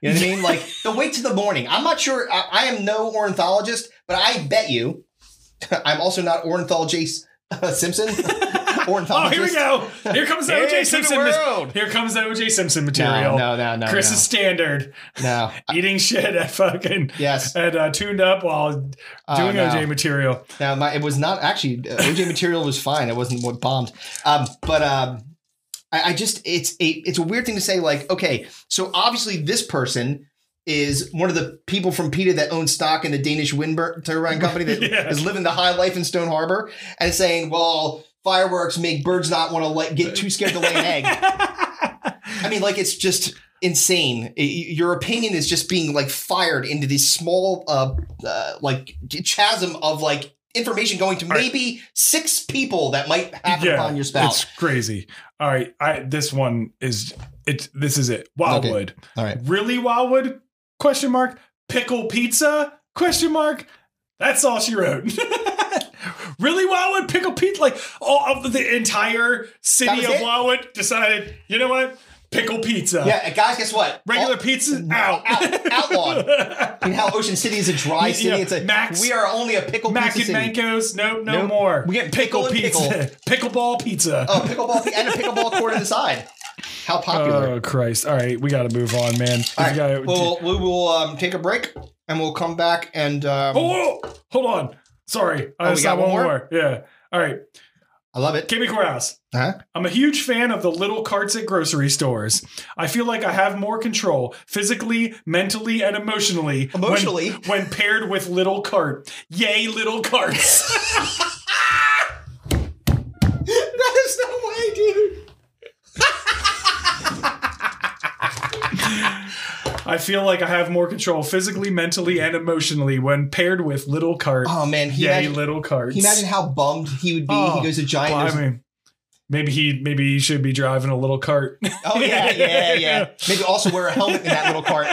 You know what I mean? Like, they'll wait till the morning. I'm not sure. I, I am no ornithologist, but I bet you, I'm also not ornithologist uh, Simpson. ornithologist. oh, here we go. Here comes the Hey, OJ to Simpson. the mis- world. here comes the OJ Simpson material. No, no, no, no. Chris no. Uh, is standard no. eating shit at fucking Yes. and uh, tuned up while doing Oh, no. OJ material. Now, my, it was not actually uh, OJ material was fine. It wasn't what bombed. Um, but um, I, I just it's a it's a weird thing to say. Like, okay, so obviously this person is one of the people from PETA that owns stock in the Danish wind bur- turbine company that is Yeah. living the high life in Stone Harbor and saying, well, fireworks make birds not want to like get too scared to lay an egg. I mean, like it's just insane. I- your opinion is just being like fired into this small, uh, uh like chasm of like information going to right. maybe six people that might happen Yeah, upon your spouse. It's crazy. All right, I this one is it's this is it. Wildwood, All right. really Wildwood? Question mark. Pickle pizza? Question mark. That's all she wrote. really Wildwood pickle pizza? Like all of the entire city was of it? Wildwood decided. You know what? Pickle pizza. Yeah, guys, guess what? Regular All- pizza out. out, outlawed. You know how Ocean City is a dry city. Yeah, It's a Max- we are only a pickle Mac pizza and city. Mancos. Nope, no Nope. more. We get pickle and pizza. Pickleball pizza. Oh, pickleball and a pickleball court on the side. How popular! Oh Christ! All right, we got to move on, man. All We right, gotta- well, we will um, take a break and we'll come back and um, oh, whoa, hold on. Sorry, Oh, I we just got got one one more? more? Yeah. All right, I love it. Uh-huh. KB Courthouse. Huh? I'm a huge fan of the little carts at grocery stores. I feel like I have more control physically, mentally, and emotionally. when- Emotionally? when, paired with little cart. Yay, little carts! That is no way, dude. I feel like I have more control physically, mentally, and emotionally when paired with little cart. Oh man, he Yay, imagine, little carts! can you imagine how bummed he would be. Oh, he goes to Giant. Well, I there's- mean, maybe he maybe he should be driving a little cart. oh yeah, yeah, yeah. Maybe also wear a helmet in that little cart,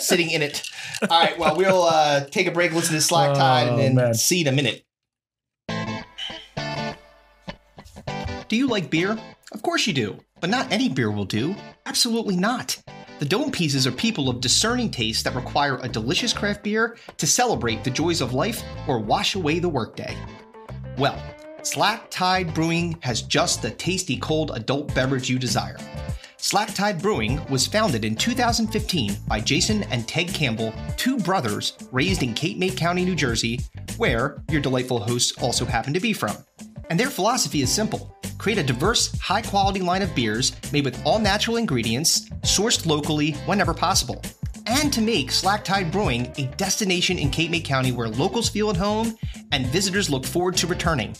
sitting in it. All right, well we'll uh, take a break, listen to Slack Tide, Oh, and then man. see in a minute. Do you like beer? Of course you do, but not any beer will do. Absolutely not. The Dome Pieces are people of discerning taste that require a delicious craft beer to celebrate the joys of life or wash away the workday. Well, Slack Tide Brewing has just the tasty cold adult beverage you desire. Slack Tide Brewing was founded in 2015 by Jason and Ted Campbell, two brothers raised in Cape May County, New Jersey, where your delightful hosts also happen to be from. And their philosophy is simple create a diverse, high quality line of beers made with all natural ingredients, sourced locally whenever possible and to make Slack Tide Brewing a destination in Cape May County where locals feel at home and visitors look forward to returning.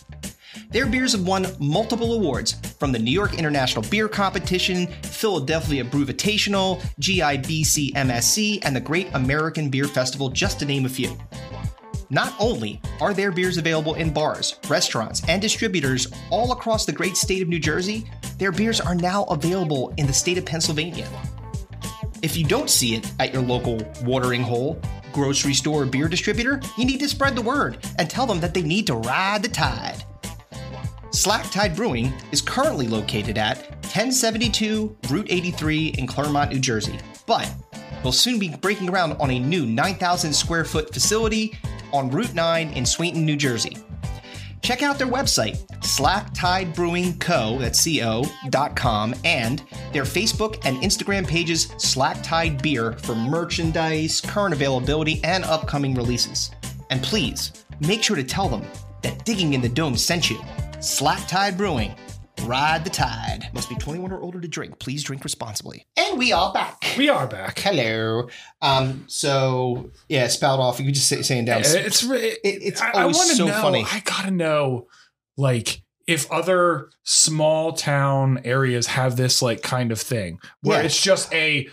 Their beers have won multiple awards from the New York International Beer Competition, Philadelphia Brewvitational, GIBC MSC, and the Great American Beer Festival, just to name a few. Not only are their beers available in bars, restaurants, and distributors all across the great state of New Jersey, their beers are now available in the state of Pennsylvania. If you don't see it at your local watering hole, grocery store, or beer distributor, you need to spread the word and tell them that they need to ride the tide. Slack Tide Brewing is currently located at 1072 Route 83 in Claremont, New Jersey. But we'll soon be breaking ground on a new 9,000 square foot facility on Route 9 in Sweeton, New Jersey. Check out their website, slacktidebrewingco, that's C-O, dot com, and their Facebook and Instagram pages, Slack Tide Beer, for merchandise, current availability, and upcoming releases. And please, make sure to tell them that Digging in the Dome sent you. Slack Tide Brewing. Ride the tide. Must be 21 or older to drink. Please drink responsibly. And we are back. We are back. Hello. Um, so, yeah, spout off. You could just say, saying down. It's re- it's I, always want to so know. funny. I gotta know, like, if other small town areas have this like kind of thing where Yeah. it's just a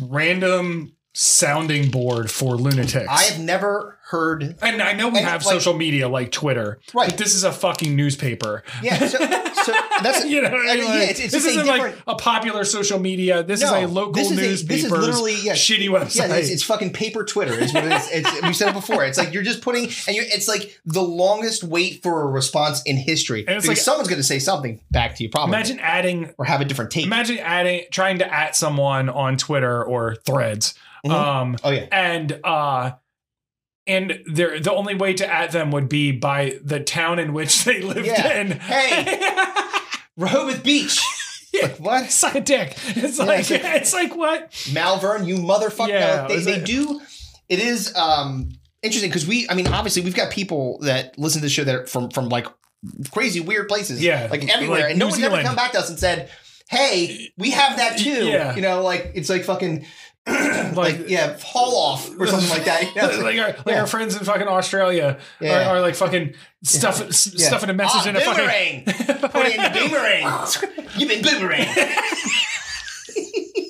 random sounding board for lunatics. I have never heard and I know we and, have like- social media like Twitter, Right. But this is a fucking newspaper. Yeah, so, so that's you know, what I I mean, mean? yeah, Like, it's, it's this just a isn't like different- a popular social media. This is No, a local this is a- this is newspaper's literally- yeah. shitty website. yeah, it's, it's fucking paper Twitter. Is what it is. It's, we said it before. It's like you're just putting, and you, it's like the longest wait for a response in history. And it's because like- someone's going to say something back to you, probably, Imagine adding or have a different take. imagine adding trying to at someone on Twitter or Threads. Mhm. Um oh yeah, and uh and there the only way to at them would be by the town in which they lived Yeah. in. Hey. Rehoboth Beach. Like what? Suck a dick. It's Yeah, like it's like- it's like what? Malvern, you motherfucker. Yeah, they, is they it- do. It is um interesting because we, I mean, obviously we've got people that listen to the show that are from from like crazy weird places, Yeah, like everywhere, like and no New one's ever Zealand. come back to us and said, "Hey, we have that too." Yeah. you know, like it's like fucking like, Like- yeah, haul off or something like that. You know, it's like our, like yeah. our friends in fucking Australia Yeah. are, are like fucking stuff s- stuffing a message "Ah, in a fucking boomerang. Put it in the boomerang. You've been boomerang.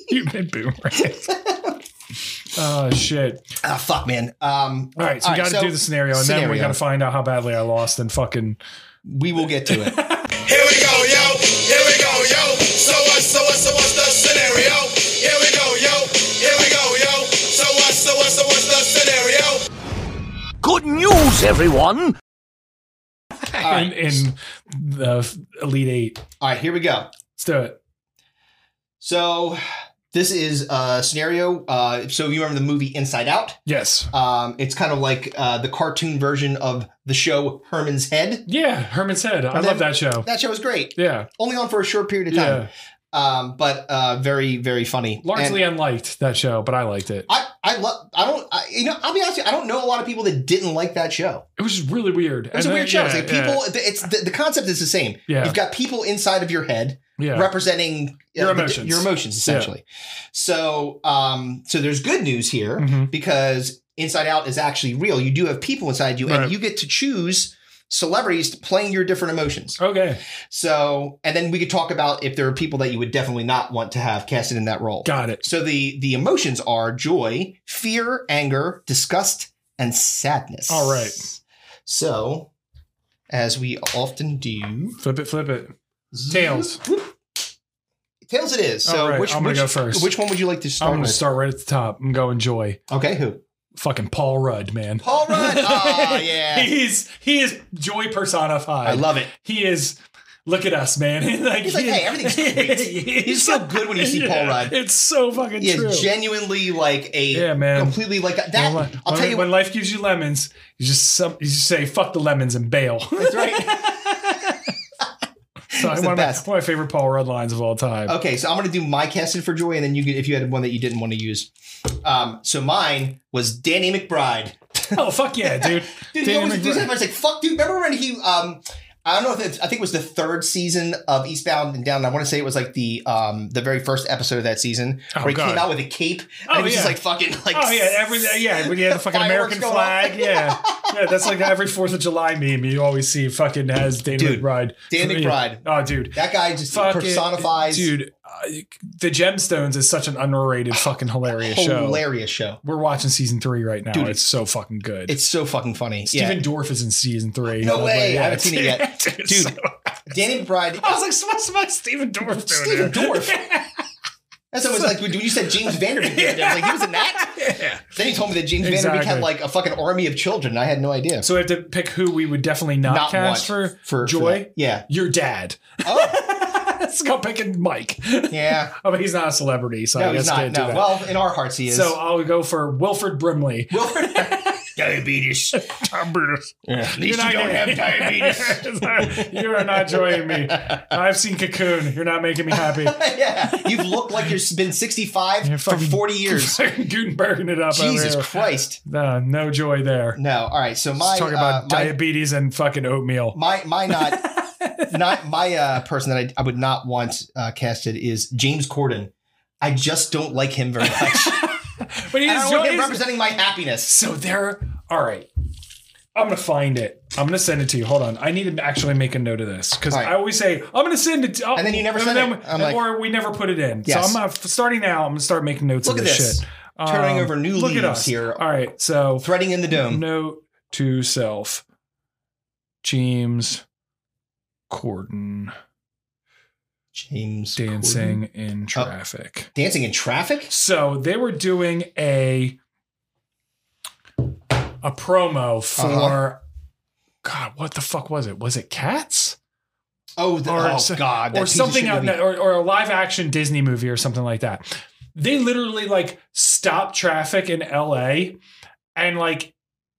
you've been boomerang. oh shit. Ah, fuck, man. Um, All right, so we got to do the scenario, and then we got to find out how badly I lost and fucking. We will get to it. Here we go, yo. Here we go, yo. So what? So what? So what's the scenario? Here we go, yo. Here we go, yo. So what? So what? So what's the scenario? Good news, everyone! right. in, in the Elite Eight. All right, here we go. Let's do it. So this is a scenario. Uh, so you remember the movie Inside Out? Yes. Um, it's kind of like uh, the cartoon version of the show Herman's Head. Yeah, Herman's Head. I And love then- that show. That show was great, Yeah, only on for a short period of time, yeah. um, but uh, very very funny. Largely And unliked that show, but I liked it. I I love. I don't. I, you know, I'll be honest. With you, I don't know a lot of people that didn't like that show. It was just really weird. It was a weird show. It's like people. It's the, the concept is the same. Yeah. You've got people inside of your head Yeah. representing uh, Your the- emotions. your emotions essentially. So, um, so there's good news here Mhm. because Inside Out is actually real. You do have people inside you, Right. and you get to choose celebrities playing your different emotions. Okay, So, and then we could talk about if there are people that you would definitely not want to have casted in that role. got it. So the the emotions are joy, fear, anger, disgust, and sadness. All right. So, as we often do, Flip it, flip it. Tails. Tails it is. So All right, which, I'm gonna which, go first. Which one would you like to I'm start going with? to start right at the top. I'm going Joy. Okay, who? Fucking Paul Rudd, man. Paul Rudd. Oh yeah. He's he is Joy personified. I love it. he is look at us, man. like, He's like, "Hey, everything's great." He's so good when you see Paul Rudd. It's so fucking He true. is genuinely like a Yeah, man. completely like a, You that. know what? I'll when, tell you when life gives you lemons, you just some, you just say fuck the lemons and bail. That's right. so I- the one, of my, best. Oh. one of my favorite Paul Rudd lines of all time. Okay, so I'm gonna do my casting for Joy, and then you get if you had one that you didn't want to use. Um, so mine was Danny McBride. Oh fuck yeah, dude! Dude, he Danny always does McBride. that. but It's like fuck, dude. Remember when he um. I don't know if it's, I think it was the third season of Eastbound and Down. and I want to say it was like the um the very first episode of that season Oh, where he God. came out with a cape. Oh, and he was just yeah. like fucking like Oh yeah, every yeah, when you had the fucking Fireworks American going flag, yeah, yeah, that's like every Fourth of July meme you always see. Fucking has Danny Dude, McBride. Dan Yeah. McBride. Oh dude, That guy just fucking personifies dude. Uh, the Gemstones is such an underrated fucking hilarious show. hilarious show. We're watching season three right now. Dude, it's so fucking good. It's so fucking funny. Stephen Dorff is in season three. No I'm way, like, I haven't seen it yet. dude. Dude, so- yeah. Danny McBride. I was like, so what's about Stephen Dorff doing Stephen here? Dorff. That's almost like when you said James Vanderbeek. I was like, he was in that. Yeah. Then he told me that James Vanderbeek Exactly. had like a fucking army of children. I had no idea. So we have to pick who we would definitely not, cast one. for, Joy. that. yeah. Your dad. Oh, let's go pick a Mike. Yeah. I mean, he's not a celebrity, so No, I he's guess not. can't do No. that. Well, in our hearts, he is. so I'll go for Wilfred Brimley. diabetes. At least not getting- you are not joining me. I've seen Cocoon. You're not making me happy. yeah. You've looked like you've been 65 You're for fucking- 40 years. Gutenberging it up Jesus over Christ. here. Uh, no joy there. No. All right. So my Let's talk about uh, my- diabetes and fucking oatmeal. my my not not my uh person that I, I would not want uh casted is James Corden. I just don't like him very much. But I he's, don't want him he's, representing my happiness. So there. All right. I'm gonna find it. I'm gonna send it to you. Hold on. I need to actually make a note of this because All right. I always say I'm gonna send it, to, oh, And then you never send then- it. I'm like- or we never put it in. Yes. So I'm not, starting now. I'm gonna start making notes Look of at this, this. shit. Turning Um, over new look leaves at us here. All right. So Threading in the dome. note to self: James Corden James Corden. dancing in traffic. Dancing in traffic? So they were doing a a promo for God, what the fuck was it? Was it Cats Oh, the, Or oh so- God. that or piece of something shit out, movie. or, or a live action Disney movie or something like that? They literally like stopped traffic in L.A. and like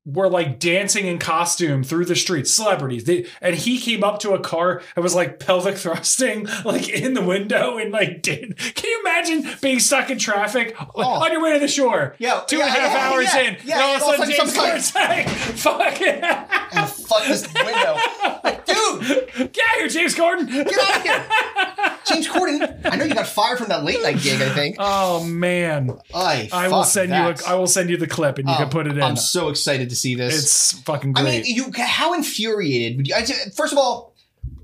were like dancing in costume through the streets, celebrities. They, and he came up to a car and was like pelvic thrusting, like in the window, and like did. Can you imagine being stuck in traffic like, Oh. on your way to the shore? Yeah, two and a yeah, half yeah, hours yeah, in, yeah, and all and of all of a sudden a James sudden Corden's like, "Fuck it, And fuck this window. Like, dude, get out of here, James Corden!" get out of here. James Corden. I know you got fired from that late night gig, I think. Oh man, Ay, I will fuck send that. you. A, I will send you the clip, and you Oh, can put it in. I'm so excited to see this. it's fucking I great. mean, you how infuriated would you? I, first of all,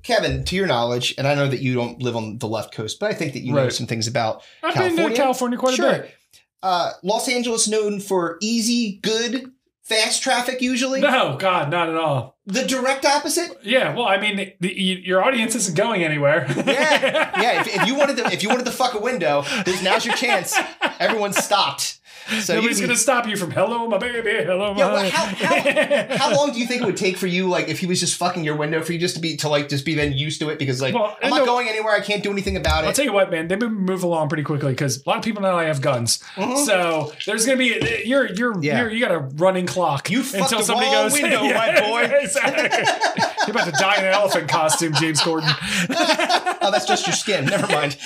Kevin, to your knowledge, and I know that you don't live on the left coast, but I think that you know Right. some things about I've California. been to California quite a sure. bit. Uh, Los Angeles known for easy, good, fast traffic. Usually, No, God, not at all. the direct opposite. Yeah, well, I mean, the, you, your audience isn't going anywhere. Yeah, yeah. If, if you wanted to, if you wanted to fuck a window, there's now's your chance. Everyone stopped. So Nobody's you, gonna stop you from "Hello, my baby, hello, my." Yeah, well, how, how, how long do you think it would take for you, like, if he was just fucking your window, for you just to be to like just be then used to it? Because like, Well, I'm I not know- going anywhere. I can't do anything about I'll it. tell you what, man. They move along pretty quickly because a lot of people now have guns. So there's gonna be you're you're, Mm-hmm. Yeah. you're you got a running clock. You fucked the wrong window, my boy. exactly. you're about to die in an elephant costume, James Gordon. oh, that's just your skin. Never mind.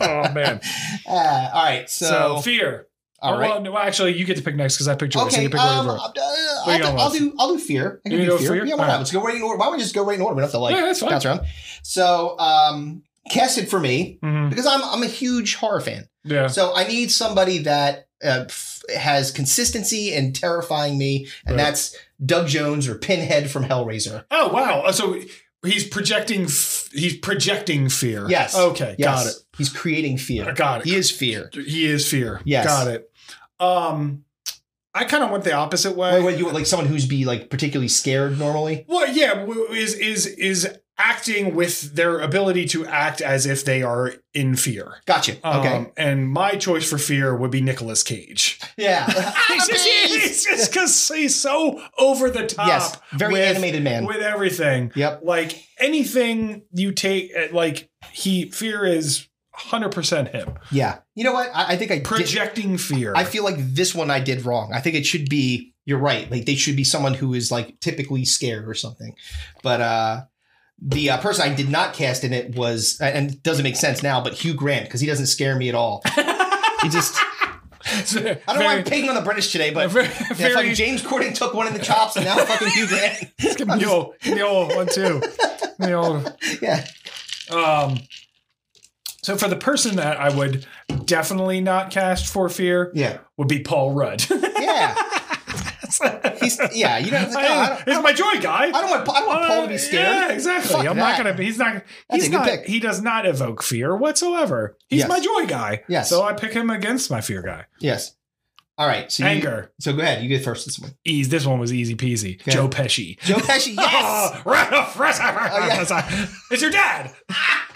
Oh man. Uh, all right, So, so, fear. all Oh, right. Well, no, actually, you get to pick next because I picked yours. so Okay, you um, pick I'll, whatever. uh, you I'll, do, going I'll with? do I'll do fear. I You do gonna go fear. fear? Yeah, why All not? right. Let's go right in order. Why don't we just go right in order? We don't have to like Yeah, that's fine. bounce around. So, um, casted for me Mhm. because I'm I'm a huge horror fan. Yeah. So I need somebody that uh, f- has consistency and terrifying me, and Right. that's Doug Jones or Pinhead from Hellraiser. Oh wow! Uh, So he's projecting. F- he's projecting fear. Yes. Okay. Yes. Got it. He's creating fear. I got it. He is fear. He is fear. Yes. Got it. Um, I kind of went the opposite way. Wait, wait, you want, like someone who's be like particularly scared normally? Well, yeah, w- is is is acting with their ability to act as if they are in fear. Gotcha. Okay. Um, and my choice for fear would be Nicolas Cage. yeah. It's just- it's just because he's so over the top. yes. Very with- animated man. with everything. yep. like anything you take uh, like he fear is 100% him Yeah. You know what? I, I think I did- projecting fear I feel like this one I did wrong. I think it should be. You're right. Like they should be someone who is like typically scared or something. But uh the uh, person I did not cast in it was, and it doesn't make sense now, but Hugh Grant because he doesn't scare me at all. he just. I don't know why I'm picking on the British today, but Very- yeah, very- fucking James Corden took one in the chops, and now fucking Hugh Grant. the old, the old one too the old yeah. um so for the person that i would definitely not cast for fear Yeah. would be paul rudd Yeah. He's yeah. You know. Like, oh, I don't, it's my joy guy I don't want. I don't want Paul to be scared. Yeah, exactly. Fuck that. I'm not gonna. be- He's not. That's a He's good not. pick. He does not evoke fear whatsoever. He's Yes. my joy guy. Yes. So I pick him against my fear guy. Yes. All right. So you- Anger. so go ahead. You get first this one. Ease. This one was easy peasy. Okay. Joe Pesci. Joe Pesci. Yes. Oh, Oh, right off, right off, right off, It's your dad.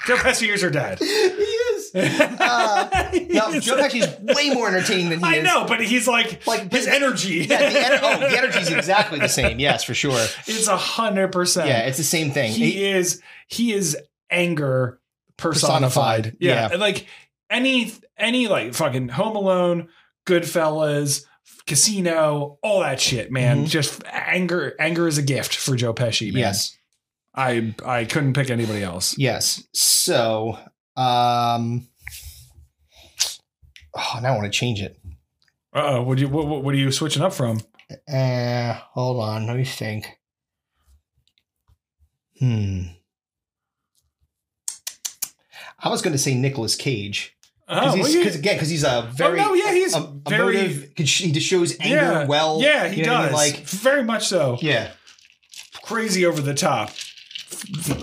Joe Pesci is your dad. he is. Uh, no, Joe Pesci's way more entertaining than he I is. know, but he's like, Like, his but- energy. Yeah, the, ener- oh, the energy's exactly the same. Yes, for sure. it's a hundred percent. Yeah, it's the same thing. he is. He is anger personified. Personified, Yeah. yeah. And, like any any like fucking Home Alone, Goodfellas, Casino, all that shit, man. Mhm. Just anger. Anger is a gift for Joe Pesci. Man. Yes. I I couldn't pick anybody else. Yes. So, um, oh, now I want to change it. Uh oh. What do you what, what- what are you switching up from? Uh, hold on. Let me think. Hmm. I was going to say Nicolas Cage because Oh, well, yeah. Oh, again because he's a very no, yeah, he's very- emotive, he sh- he shows anger yeah, well. Yeah, he you know what I does. mean? Like very much so. Like yeah, Crazy over the top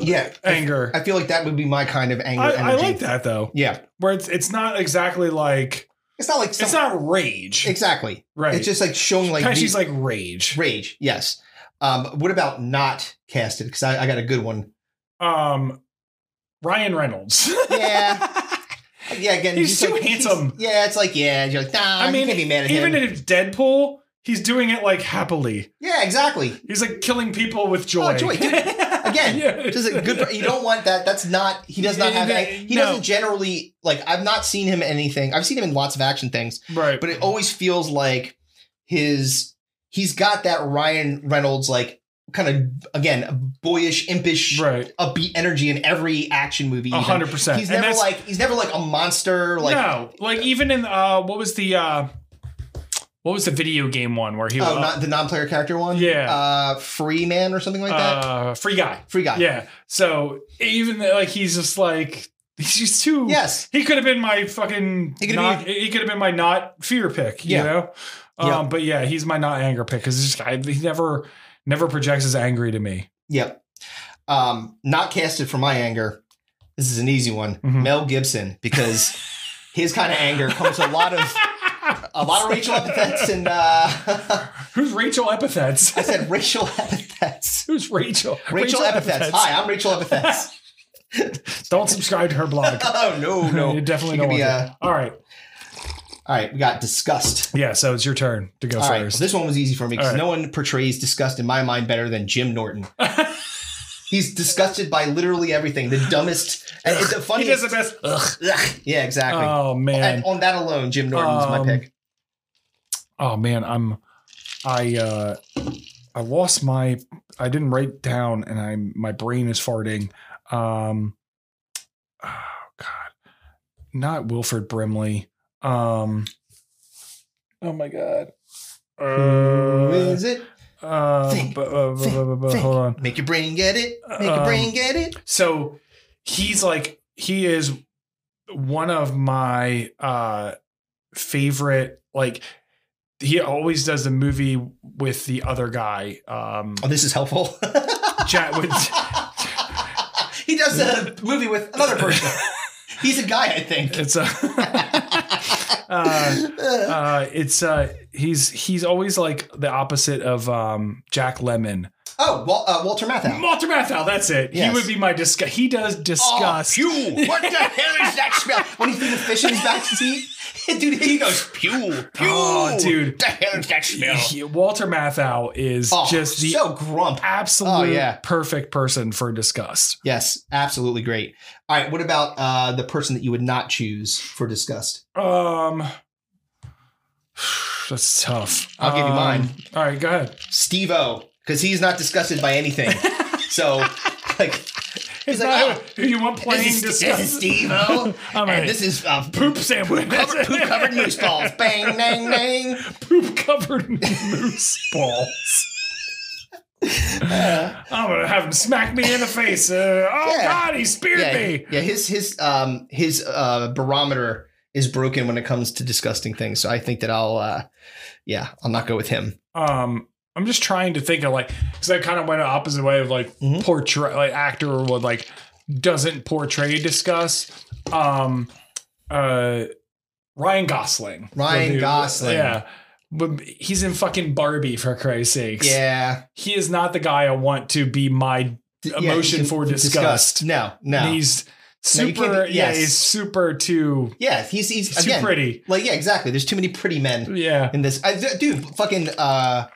yeah. anger. I feel like that would be my kind of anger I, I energy. like that though, Yeah, where it's it's not exactly like it's not like it's some- not rage, exactly. right? It's just like showing like Pesci's the- like rage. rage. Yes. Um, what about not casted? Because I, I got a good one. Um, Ryan Reynolds. Yeah. Yeah, again, He's too like- handsome. yeah, it's like yeah, you're like nah. I mean, you can't be mad at even him. in Deadpool, he's doing it like happily. yeah, exactly. He's like killing people with joy. Oh, joy. Dude, Again, Yeah. just a good. You don't want that. That's not. He does not Yeah, have. yeah, any- He no. doesn't generally like. I've not seen him in anything. I've seen him in lots of action things, right? but it always feels like his. He's got that Ryan Reynolds like kind of again boyish, impish, right, upbeat energy in every action movie. a even. hundred percent. He's And never that's- like he's never like a monster. Like no, like even in uh, what was the uh, what was the video game one where he was oh, not the non-player character one. Yeah. uh, free man or something like that. uh, free guy? Free guy. Yeah. So even though, like he's just like he's just too. Yes. He could have been my fucking. He He could've could have been, my not fear pick. You Yeah. know. Um, Yeah. But yeah, he's my not anger pick because he never never projects as angry to me. Yep. Um, not casted for my anger. This is an easy one. Mhm. Mel Gibson because his kind of anger comes a lot of a lot of racial epithets and uh, Who's Rachel Epithets? I said racial epithets. Who's Rachel? Rachel, epithets. Hi, I'm Rachel epithets. Don't subscribe to her blog. oh no, no. you definitely She could don't want be, uh, to. All right. All right, we got disgust. Yeah. So it's your turn to go All right, well, first. this one was easy for me because All right. no one portrays disgust in my mind better than Jim Norton. He's disgusted by literally everything. The dumbest and it's the he does funniest. the best. Ugh. Yeah, exactly. Oh man. and on that alone, Jim Norton's my Um, pick. oh man i'm i uh i lost my i didn't write down and i'm my brain is farting um oh god not wilfred brimley um oh my god Who uh, is it? uh, Think, bu- bu- bu- bu- bu- bu- Think. hold on Make your brain get it. Make your Um, brain get it. so he's like he is one of my uh favorite like he always does the movie with the other guy um Oh, this is helpful. chat with he does a movie with another person. He's a guy, I think. it's a uh, uh it's uh he's he's always like the opposite of um jack lemon oh, Wal- uh, Walter Matthau. walter matthau that's it Yes. he would be my disgust he does disgust Oh, pew! What the hell is that smell? When he threw the fish in his back seat, dude, he goes pew pew. Oh, dude. the hell is that smell? He- walter matthau is Oh, just the so grump. absolute Oh, yeah. perfect person for disgust. Yes, absolutely great. All right, what about uh, the person that you would not choose for disgust? Um, that's tough. I'll give you Um, mine. All right, go ahead. Steve O, because he's not disgusted by anything. so, like, he's It's like, not oh, who you want playing this is, disgust. Steve O, I'm and a this is uh, poop sandwich. covered, poop covered moose balls. Bang, bang, bang. poop covered moose balls. I'm gonna have him smack me in the face. Uh, oh Uh. Yeah. God, he speared Yeah, me. yeah. His his um his uh barometer is broken when it comes to disgusting things. So I think that I'll uh, yeah, I'll not go with him. um I'm just trying to think of like because I kind of went an opposite way of like Mhm. portray like actor would like doesn't portray disgust. Um uh Ryan Gosling. Ryan The dude- Gosling. Yeah. But he's in fucking Barbie for Christ's sakes. Yeah, He is not the guy I want to be my D- yeah, Emotion you- for disgust. No, no. he's No, you super can't be- yeah, yes. he's super too yeah, he's he's he's again too pretty. like yeah, exactly. There's too many pretty men. Yeah. in this. I, dude, fucking uh,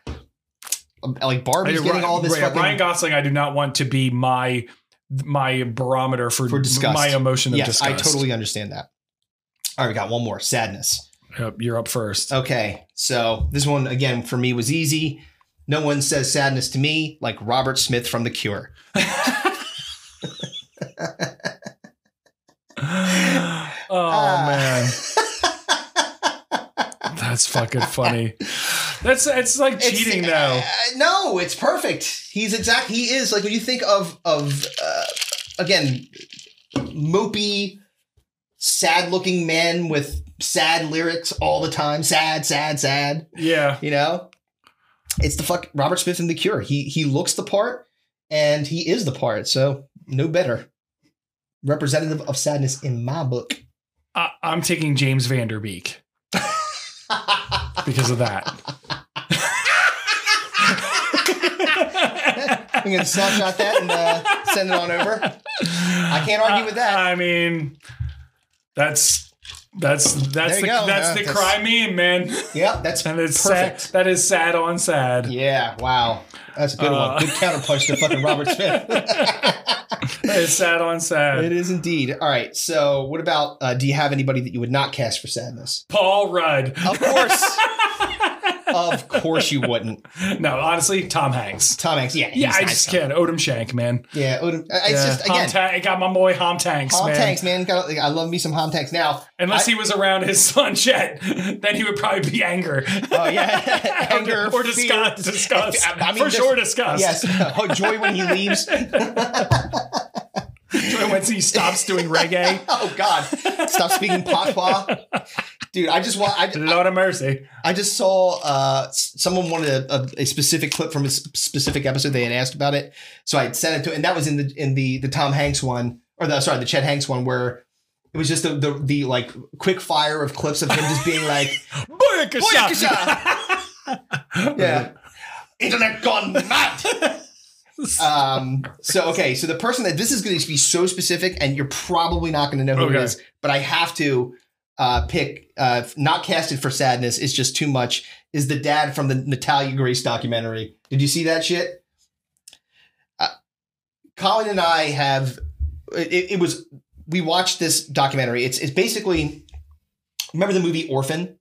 like Barbie's Yeah, getting Ryan- all this Ryan, fucking. Ryan Gosling. I do not want to be my my barometer for, For disgust. my emotion of yes, disgust. I totally understand that. All right, we got one more sadness. Yep, you're up first. Oh. Okay, so this one again for me was easy. No one says sadness to me like Robert Smith from The Cure. oh Ah. man, that's fucking funny. That's it's like cheating it's, though. uh, no, it's perfect. He's exact. He is like when you think of of uh, again mopey, sad looking men with sad lyrics all the time. Sad, sad, sad. Yeah, You know, it's the fuck Robert Smith and The Cure. He he looks the part, and he is the part. So no better representative of sadness in my book. I, I'm taking James Vanderbeek because of that. I'm gonna snapshot that and uh, send it on over. I can't argue with that. I mean, that's that's that's you the go. that's No, the that's- cry meme, man. Yep, that's And it's perfect. sad. That is sad on sad. Yeah, wow. That's a good Uh, one. Good counterpunch to fucking Robert Smith. That is sad on sad. it is indeed. All right, so what about uh, do you have anybody that you would not cast for sadness? Paul Rudd. Of course. of course you wouldn't. No, honestly, Tom Hanks. Tom Hanks, yeah. Yeah, he's I not just Tom- can't. Odom Shank, man. Yeah, Odom, I- it's yeah. just, Hom again, Ta- I got my boy Hom Tanks, Hom man. Tanks, man. Gotta- like, I love me some Hom Tanks. Now, Unless I- he was around his son Chet, then he would probably be anger. Oh, yeah. Anger, or fear. disgust. disgust. I- I mean, For this- sure, disgust. Yes. Oh, joy when he leaves. Joy Once he stops doing reggae, Oh, God. Stop speaking patois. Dude, I just want, I, Lord of mercy. I just saw uh, s- someone wanted a, a, a specific clip from a s- specific episode. They had asked about it, so I sent it to, and that was in the in the the Tom Hanks one, or the sorry, the Chet Hanks one, where it was just the the, the like quick fire of clips of him just being like, Boyakasha. "Boyakasha!" yeah, internet gone mad. um. So okay. So the person that this is going to be so specific, and you're probably not going to know who it Okay. is, but I have to uh, pick. Uh, not casted for sadness. It's just too much. Is the dad from the Natalia Grace documentary? Did you see that shit? Uh, Colin and I have. It, it was we watched this documentary. It's it's basically. Remember the movie Orphan?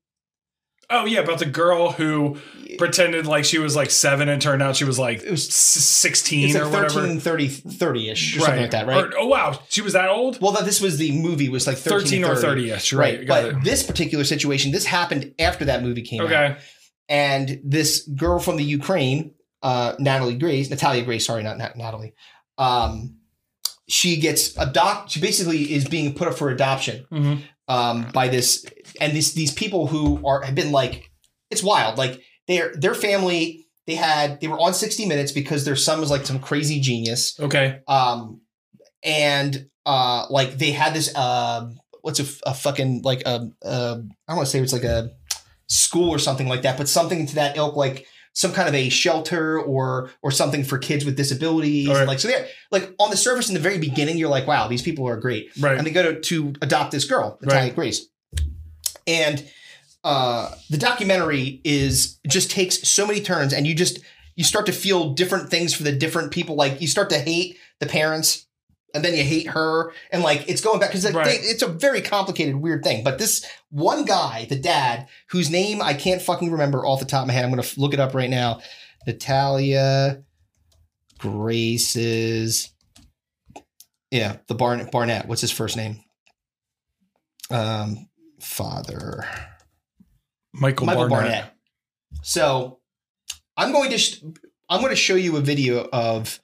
Oh yeah, about the girl who pretended like she was like seven and turned out she was like It was- s- sixteen It's or like whatever. 13, 30, 30-ish or something like that, right? Or- oh wow, she was that old. well, that this was the movie was like 13, Thirteen or thirty. Yes, you're right. right. Got But this particular situation, this happened after that movie it. came out. Okay. And this girl from the Ukraine, uh, Natalie Grace, Natalia Grace, sorry, not Nat- Natalie. Um, she gets adopt. She basically is being put up for adoption Mhm. um, by this, and these these people who are have been like, it's wild. Like their their family, they had they were on sixty minutes because their son was like some crazy genius Okay. um and uh like they had this um what's a, f- a fucking like um uh, i don't want to say it's like a school or something like that but something to that ilk like some kind of a shelter or or something for kids with disabilities All right. like so they're like on the surface in the very beginning you're like wow these people are great Right. and they go to, to adopt this girl, Natalia Grace. And uh, the documentary is just takes so many turns, and you just you start to feel different things for the different people. Like you start to hate the parents, and then you hate her, and like it's going back because like, Right. they- it's a very complicated, weird thing. But this one guy, the dad, whose name I can't fucking remember off the top of my head. I'm gonna f- look it up right now. Natalia Grace's yeah, the Barn Barnett. What's his first name? Um, father Michael, Michael Barnett. Barnett. So I'm going to sh- I'm going to show you a video of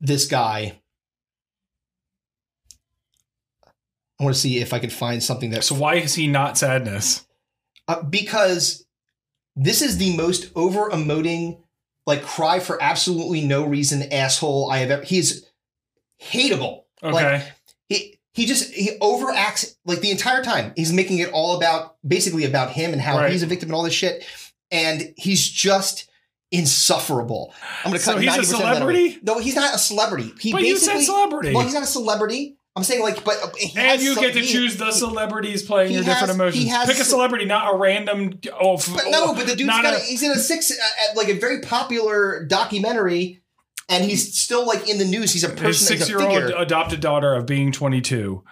this guy. I want to see if I can find something that So why is he not sadness? uh, because this is the most over emoting like cry for absolutely no reason asshole I have ever. He's hateable. Okay. Like, he he just he overacts like the entire time. He's making it all about basically about him and how Right. he's a victim and all this shit. And he's just insufferable. I'm gonna So cut. he's a 90% of that away. celebrity? No, he's not a celebrity. He but you basically said celebrity. well, he's not a celebrity. I'm saying like, but uh, he and has you some- get to he- choose the celebrities playing he your has- different emotions. he has- Pick a celebrity, not a random. Oh, f- But no, but the dude's not got. a- he's in a six, uh, uh, like a very popular documentary and he's still like in the news. He's a person. His uh, he's a six year old figure. adopted daughter of being 22.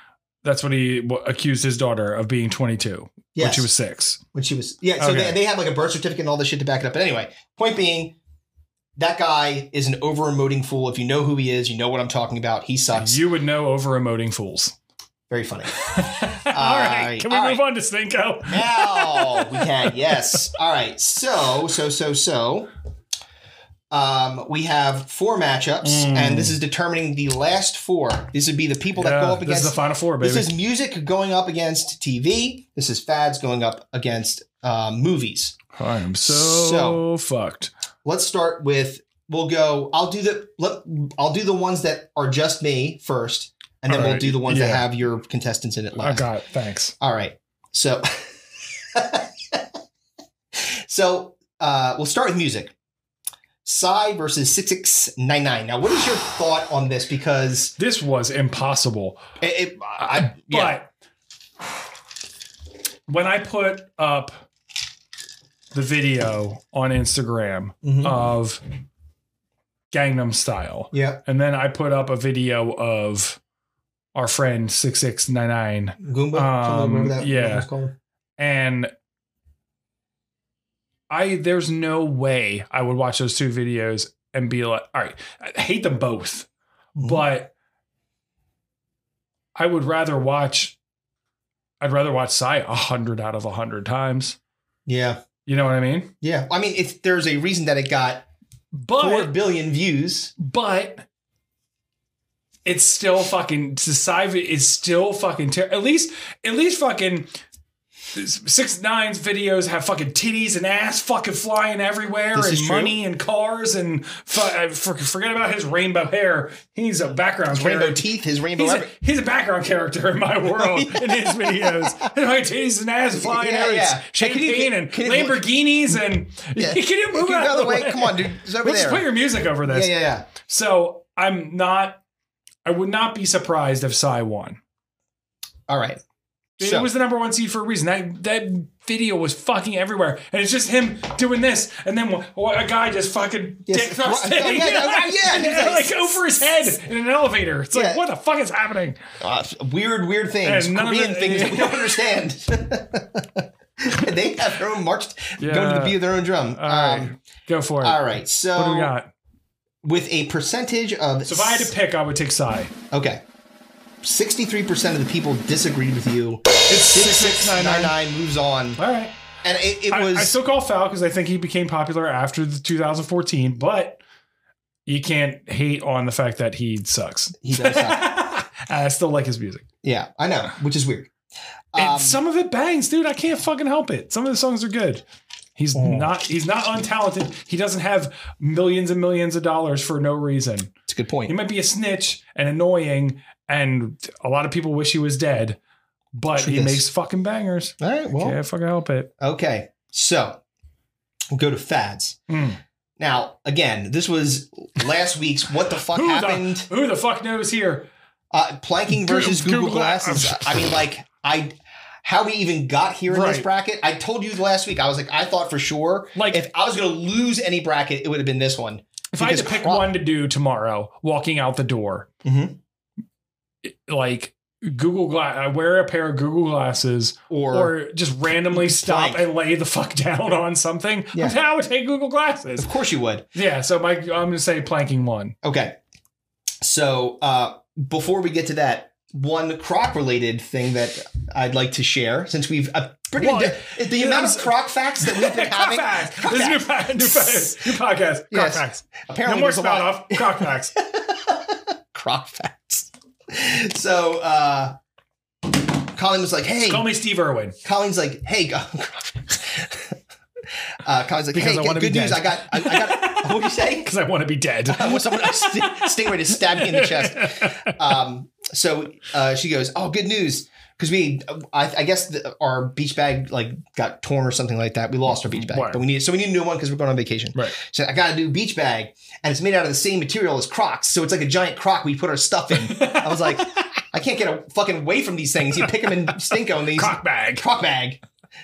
That's what he w- accused his daughter of being 22 when Yes. she was six. when she was yeah. So Okay. they, they have like a birth certificate and all this shit to back it up. But anyway, point being, that guy is an over emoting fool. If you know who he is, you know what I'm talking about. He sucks. You would know over emoting fools. Very funny. all right. Can we all move on to Stinko? now we can yes. All right. So so so so. Um, we have four matchups, Mm. and this is determining the last four. These would be the people that go Yeah, up this against is the final four, baby. This is music going up against TV. This is fads going up against uh, movies. I am so, So- fucked. Let's start with. We'll go. I'll do the. Let, I'll do the ones that are just me first, and then we'll Alright, do the ones that yeah. have your contestants in it I last. got it. Thanks. All right. So. so uh, we'll start with music. Psy versus six six nine nine. Now, what is your thought on this? Because This was impossible. it, it, I, yeah, But when I put up the video on Instagram Mhm. of Gangnam Style, yeah, and then I put up a video of our friend 6699 Goomba. Um, remember that, yeah. What called? and I there's no way I would watch those two videos and be like, all right, I hate them both, Mm-hmm. but I would rather watch I'd rather watch Psy a hundred out of a hundred times. Yeah. You know what I mean? Yeah, I mean, it's, there's a reason that it got four But billion views. but it's still fucking society is still fucking terrible. At least at least fucking six nines videos have fucking titties and ass fucking flying everywhere This is and true. money and cars and fu- I for, forget about his rainbow hair. He's a background His rainbow character. teeth, his rainbow. He's a, every- he's a background character in my world in his videos. And my titties and ass flying Yeah, out, yeah. Can you- champagne and can you- Lamborghinis and Yeah. can you Can move you out go of the way? Come on, dude. It's over Let's there. put your music over yeah, this. yeah, yeah. So I'm not. I would not be surprised if Psy won. All right. It So- was the number one seed for a reason. That that video was fucking everywhere, and it's just him doing this, and then wh- wh- a guy just fucking Yes. dick thrusting, Yeah, yeah, yeah, he's like- like, over his head in an elevator. It's Yeah. like what the fuck is happening? Uh, weird, weird things. And none of Korean the- things that we don't understand. they have their own march, going to the Yeah. beat of their own drum. All right, Um, go for it. all right. So What do we got? with a percentage of So if I had to pick, I would take Psy. okay, sixty-three percent of the people disagreed with you. It's Six six six nine nine moves on, All right. and it, it I- was I, still call foul because I think he became popular after the 2014, but you can't hate on the fact that he sucks. He does suck. I still like his music. yeah, I know, which is weird. And Um, some of it bangs, dude. I can't fucking help it. Some of the songs are good. He's Hmm. not he's not untalented. He doesn't have millions and millions of dollars for no reason. It's a good He point. might be a snitch and annoying and a lot of people wish he was dead, but True he this. makes fucking bangers. All right. Well, can't fucking help it. okay. So we'll go to fads. Mm. Now, again, this was last week's what the fuck Who happened the, who the fuck knows here? uh, planking versus Google Google, Glass. is- Glass. I mean, like I. How we even got here in this Right. bracket? I told you last week. I was like, I thought for sure, Like- if I was going to lose any bracket, it would have been this one. If I had to Because pick cro- one to do tomorrow, walking out the door, Mhm. it- like Google Glass, I wear a pair of Google glasses Or, or, just randomly stop Blank. and lay the fuck down on something. Yeah. I would take Google glasses. of course you would. Yeah, so my, I'm going to say planking one. Okay. So uh, before we get to that, one croc related thing that I'd like to share since we've uh, pretty Well, the, the amount of was- croc facts that we've been having. Crockfax. Croc This is new, facts. pa- new, pa- new podcast. Yes. Crockfax. Apparently, No more there's a spout lot off. Crockfax. of croc facts. So uh, Colin was like, "Hey," Call me Steve Irwin. Colin's like, "Hey," go- croc facts. uh, Colin's like, Because "Hey, I good wanna be news! dead. I got, I, I got." what were you saying? Because I want to be dead. I want someone a st- stingray to stab me in the chest. Um, so uh, she goes, "Oh, good news." Because we, I, I guess the, our beach bag like got torn or something like that. We lost our beach bag, Right. but we need so we need a new one because we're going on vacation. Right. So I got a new beach bag, and it's made out of the same material as Crocs, so it's like a giant Croc we put our stuff in. I was like, I can't get a fucking away from these things. You pick them and stinko and these Crock bag. Croc bag,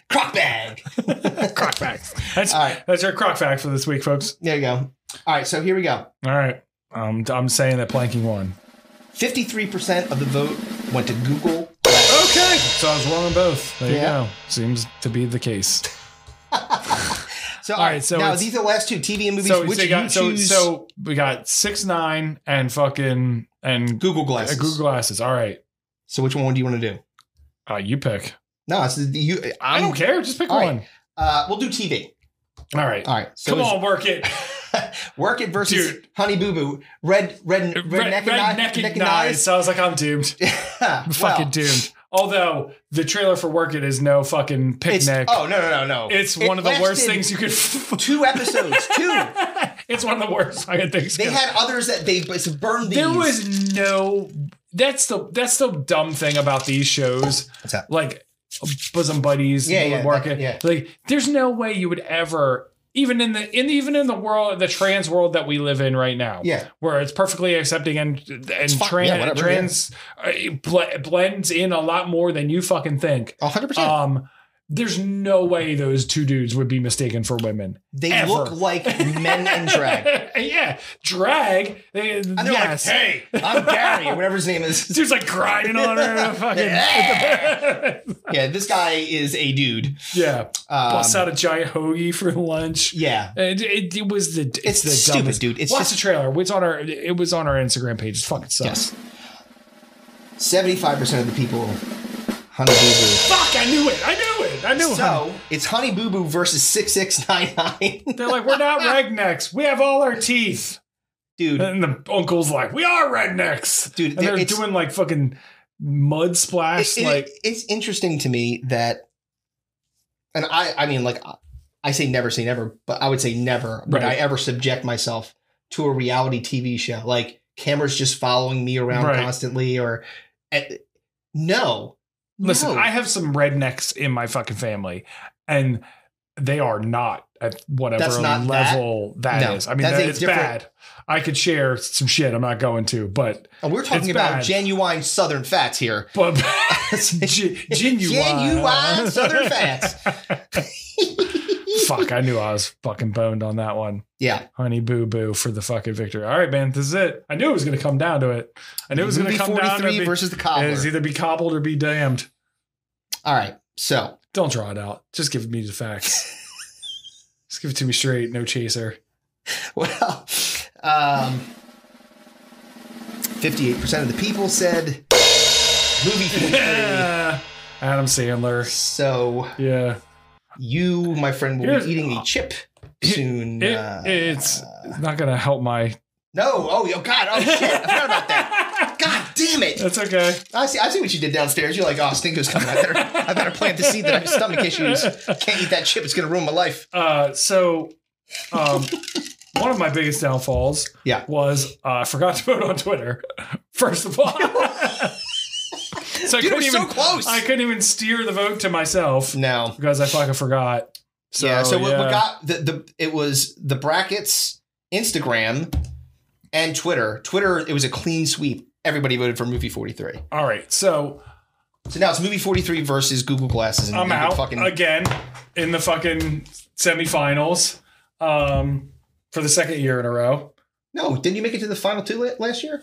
Croc bag. Crockfax. That's, All right. that's your Crockfax for this week, folks. There you go. All right, so here we go. All right. Um, I'm saying that planking won. 53% of the vote went to Google. Okay. So I was wrong on both. There Yeah. you go. Seems to be the case. So, All right, so now it's- these are the last two TV and movies. So, which so, you got, you so, choose? so we got six nine and fucking and Google uh, Glasses. Google Glasses. All right. So which one do you want to do? Uh, you pick. No, it's you. I I'm, don't care. Just pick all right. one. Uh, we'll do TV. All right. All right. So Come it's on, work it. Work it versus Dude. Honey Boo Boo. Red, red, red, neck, Red, red and, neck eye- and neck and knives. eyes. So I was like, I'm doomed. well, I'm fucking doomed. Although the trailer for Work It is no fucking It's, picnic. oh no no no no! it's It one of the lasted worst things you could. Two episodes. Two. it's one of the worst fucking things. They had others that they burned. These. there was no. That's the that's the dumb thing about these shows. What's that? Like bosom buddies, Yeah, Will and yeah, Work that- It. yeah. Like there's no way you would ever. Even in the in even in the world the trans world that we live in right now, yeah. where it's perfectly accepting and and fine. trans Yeah, whatever, trans uh, bl- blends in a lot more than you fucking think. A hundred percent. Um, there's no way those two dudes would be mistaken for women. They ever. look like men in drag. yeah, drag. They, And they're yes. like, "Hey, I'm Gary, or whatever his name is." Dude's like grinding on her. Fucking, Yeah, this guy is a dude. yeah, Um, busts out a giant hoagie for lunch. yeah, It, it, it was the it's, it's the stupid, dumbest. dude. It's Watch just the trailer. It's on our it was on our Instagram page. It fucking sucks. yes. Seventy-five percent of the people, Honey Boo Boo. Fuck! I knew it. I knew it. I knew it. So it's Honey Boo Boo versus six six nine nine, They're like, we're not rednecks. We have all our teeth. dude. And the uncle's like, we are rednecks. Dude, and they're it's- doing like fucking mud splash. It- it- like, it's interesting to me that, and I I mean like I- I say never say never, but I would say never would Right. I ever subject myself to a reality TV show like cameras just following me around Right. constantly or eh, no. listen, No. I have some rednecks in my fucking family, and they are not at whatever That's not level that No, is. I mean, that's that, a it's different- bad. I could share some shit. I'm not going to, but And we're talking It's about bad. genuine Southern fats here. but gen- genuine, Genuine Southern fats. Fuck! I knew I was fucking boned on that one. Yeah, Honey Boo Boo for the fucking victory. All right, man, this is it. I knew it was going to come down to it. I knew it was going to Movie come down to 43 be, versus the it cobbler. was either be cobbled or be damned. All right, so Don't draw it out. Just give me the facts. Just give it to me straight. No chaser. Well, um, 58% of the people said movie theater. Yeah. Adam Sandler. so Yeah, you, my friend, will Here's- be eating a chip soon. it, uh, it's not going to help my. no. Oh, oh, God. Oh, shit. I forgot about that. God damn it. That's okay. I see, I see what you did downstairs. You're like, oh, Stinko's coming. I better, I better plant the seed that I have stomach issues. Can't eat that chip. It's going to ruin my life. Uh, so, um, one of my biggest downfalls Yeah. was uh, I forgot to vote on Twitter. First of all, so I Dude, it couldn't was so even close. I couldn't even steer the vote to myself No. because I fucking forgot. So yeah, so we- yeah. We, got the, the it was the brackets, Instagram, and Twitter. Twitter, it was a clean sweep. Everybody voted for movie 43. all right. So So now it's movie 43 versus Google Glasses. And I'm you can out Fucking, again in the fucking semifinals um, for the second year in a row. no, didn't you make it to the final two la- last year?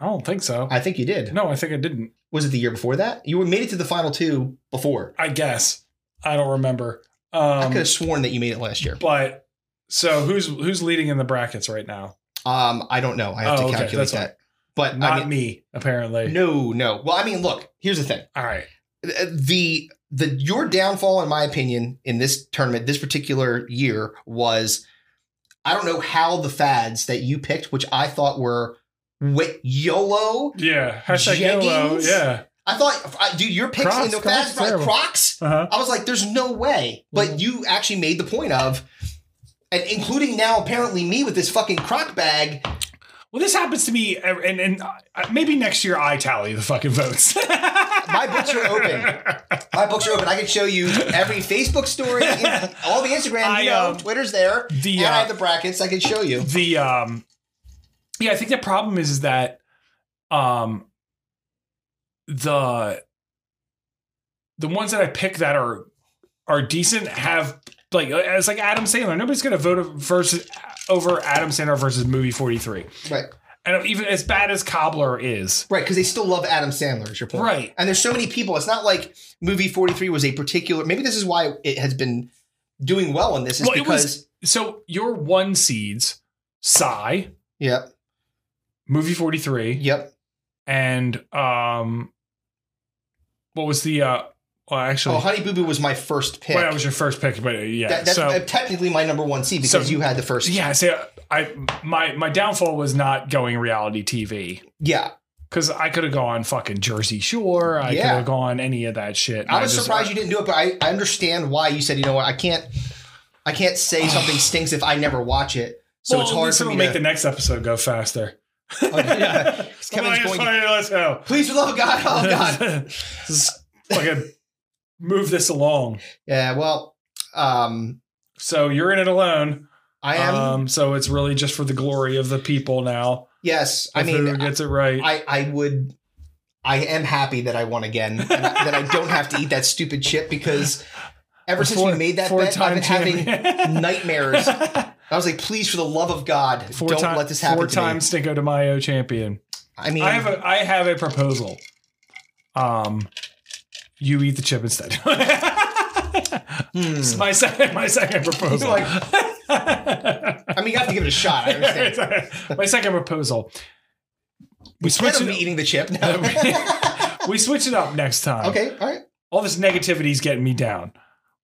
I don't think so. I think you did. no, I think I didn't. Was it the year before that? You made it to the final two before. I guess I don't remember. I Um, could have sworn that you made it last year. But so who's who's leading in the brackets right now? Um, I don't know. I have Oh, to okay, calculate that's that. But Not I mean, me, apparently. no, no. Well, I mean, look. Here's the thing. All right. Uh, the the your downfall in my opinion in this tournament this particular year was i don't know how the fads that you picked which i thought were wait yolo Yeah. Hashtag Jeggings? YOLO. Yeah. i thought I, dude your picks Crocs, in the Crocs fads is by terrible. crocs Uh-huh. i was like there's no way but you actually made the point of and including now apparently me with this fucking croc bag Well, this happens to me, ev- and and uh, maybe next year I tally the fucking votes. my books are open my books are open i can show you every facebook story in- all the instagram I, you know um, twitter's there the, and i uh, have the brackets i can show you the um, yeah, I think the problem is, is that um, the the ones that I pick that are are decent have like it's like Adam Sandler. Nobody's gonna vote versus over Adam Sandler versus Movie 43. Right. And even as bad as Cobbler is, Right, because they still love Adam Sandler, is your point. Right. And there's so many people. It's not like movie 43 was a particular maybe this is why it has been doing well in this, is Well, it because was- so your one seeds, Psy, Yep. Movie 43, Yep. Oh, and um, what was the uh? Well, actually, Oh, Honey Boo Boo was my first pick. well, that was your first pick, but uh, yeah, That- that's so uh, technically my number one seed So- because you had the first. yeah, so I my my downfall was not going reality TV. Yeah. Because I could have gone fucking Jersey Shore. I Yeah. could have gone any of that shit. I was surprised you didn't do it, but I, I understand why you said, you know what, I can't I can't say something stinks if I never watch it. So well, it's at hard least for it'll me make to, Oh, the next episode go faster. yeah. Kevin's Come on, going, it's funny, let's go. Please for the love of God. Oh God. Just fucking move this along. Yeah, well, um, So you're in it alone. I am um, so it's really just for the glory of the people now. yes, I of who mean gets it right? I, I would I am happy that I won again and I- that I don't have to eat that stupid chip because ever since we Four- made that four bet, I've time been having champion. nightmares. I was like, please, for the love of God, Four don't time- let this happen Four to time me. Stinko de Mayo champion. I mean, I have a I have a proposal. Um, you eat the chip instead. Hmm. It's my second my second proposal. like- I mean, you have to give it a shot. I understand. my second proposal. We switch Instead of me it. eating the chip. No. up- we switch it up next time. okay, all right. All this negativity's getting me down.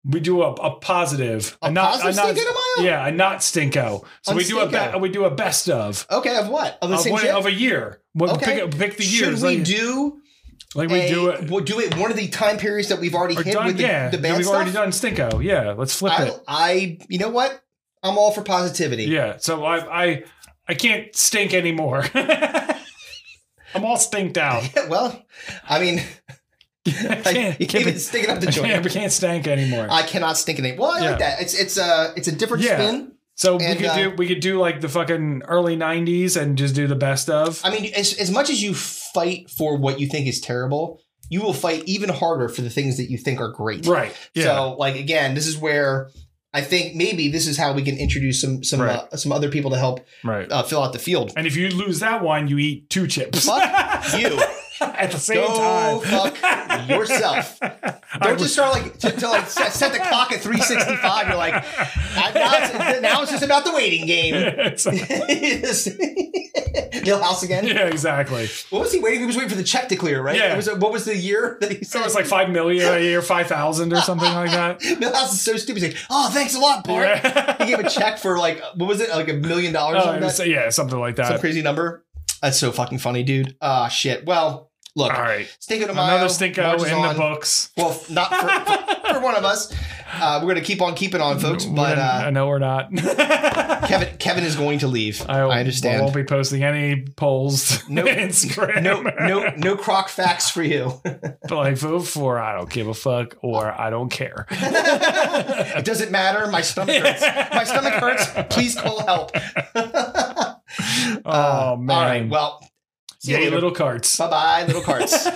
We do a, a positive, A positive Stinko de Mayo? yeah, a not stinko. So On we do a be, Stinko. we do a best of Okay, of what? Of the of, same one- chip? of a year. What Okay. pick, pick the Should years. we like, do? like we a, do it? We'll do it one of the time periods that we've already Or hit done, with the, yeah. the that band we've stuff. already done Stinko. Yeah, let's flip I, it. I, you know what? I'm all for positivity. Yeah. So I I I can't stink anymore. I'm all stinked out. Well, I mean, I I, you can't, can't can't be- even stick it up the I joint. can't, I can't stank anymore. I cannot stink it. in. Well, I like Yeah. that. It's it's a it's a different Yeah. spin. so we and, could uh, do we could do like the fucking early '90s and just do the best of. I mean, as as much as you fight for what you think is terrible, you will fight even harder for the things that you think are great. right. Yeah. So, like again, this is where I think maybe this is how we can introduce some some Right. uh, some other people to help right. uh, fill out the field. and if you lose that one, you eat two chips Fuck you. at the same Go time. fuck yourself. Don't just start like to, to like set, set the clock at 365. You're like, I, now, it's, now it's just about the waiting game. Neil House again. yeah, exactly. What was he waiting? He was waiting for the check to clear, right? Yeah. It was, what was the year that he So said? it's like five million a year, five thousand or something like that. Neil House is so stupid. He's like, oh, thanks a lot, Bart. Yeah. He gave a check for like, what was it? Like a million dollars or Oh, something? it like was- that? yeah, something like Some that. crazy number. That's so fucking funny, dude. Ah, shit. Well, look. All right. Stinko de Mayo. Another stinko marches uh, in on. the books. Well, f- not for, for one of us. Uh, we're going to keep on keeping on, folks. But I uh, know we're not. I, Kevin Kevin is going to leave. I, I understand. won't be posting any polls to Nope. Instagram. No, no, no croc facts for you. Like, vote for I don't give a fuck or I don't care. Oh, it doesn't matter. My stomach hurts. My stomach hurts. Please call help. Oh, Uh, man. All right. Well, see Yay, little carts. Bye bye, little carts.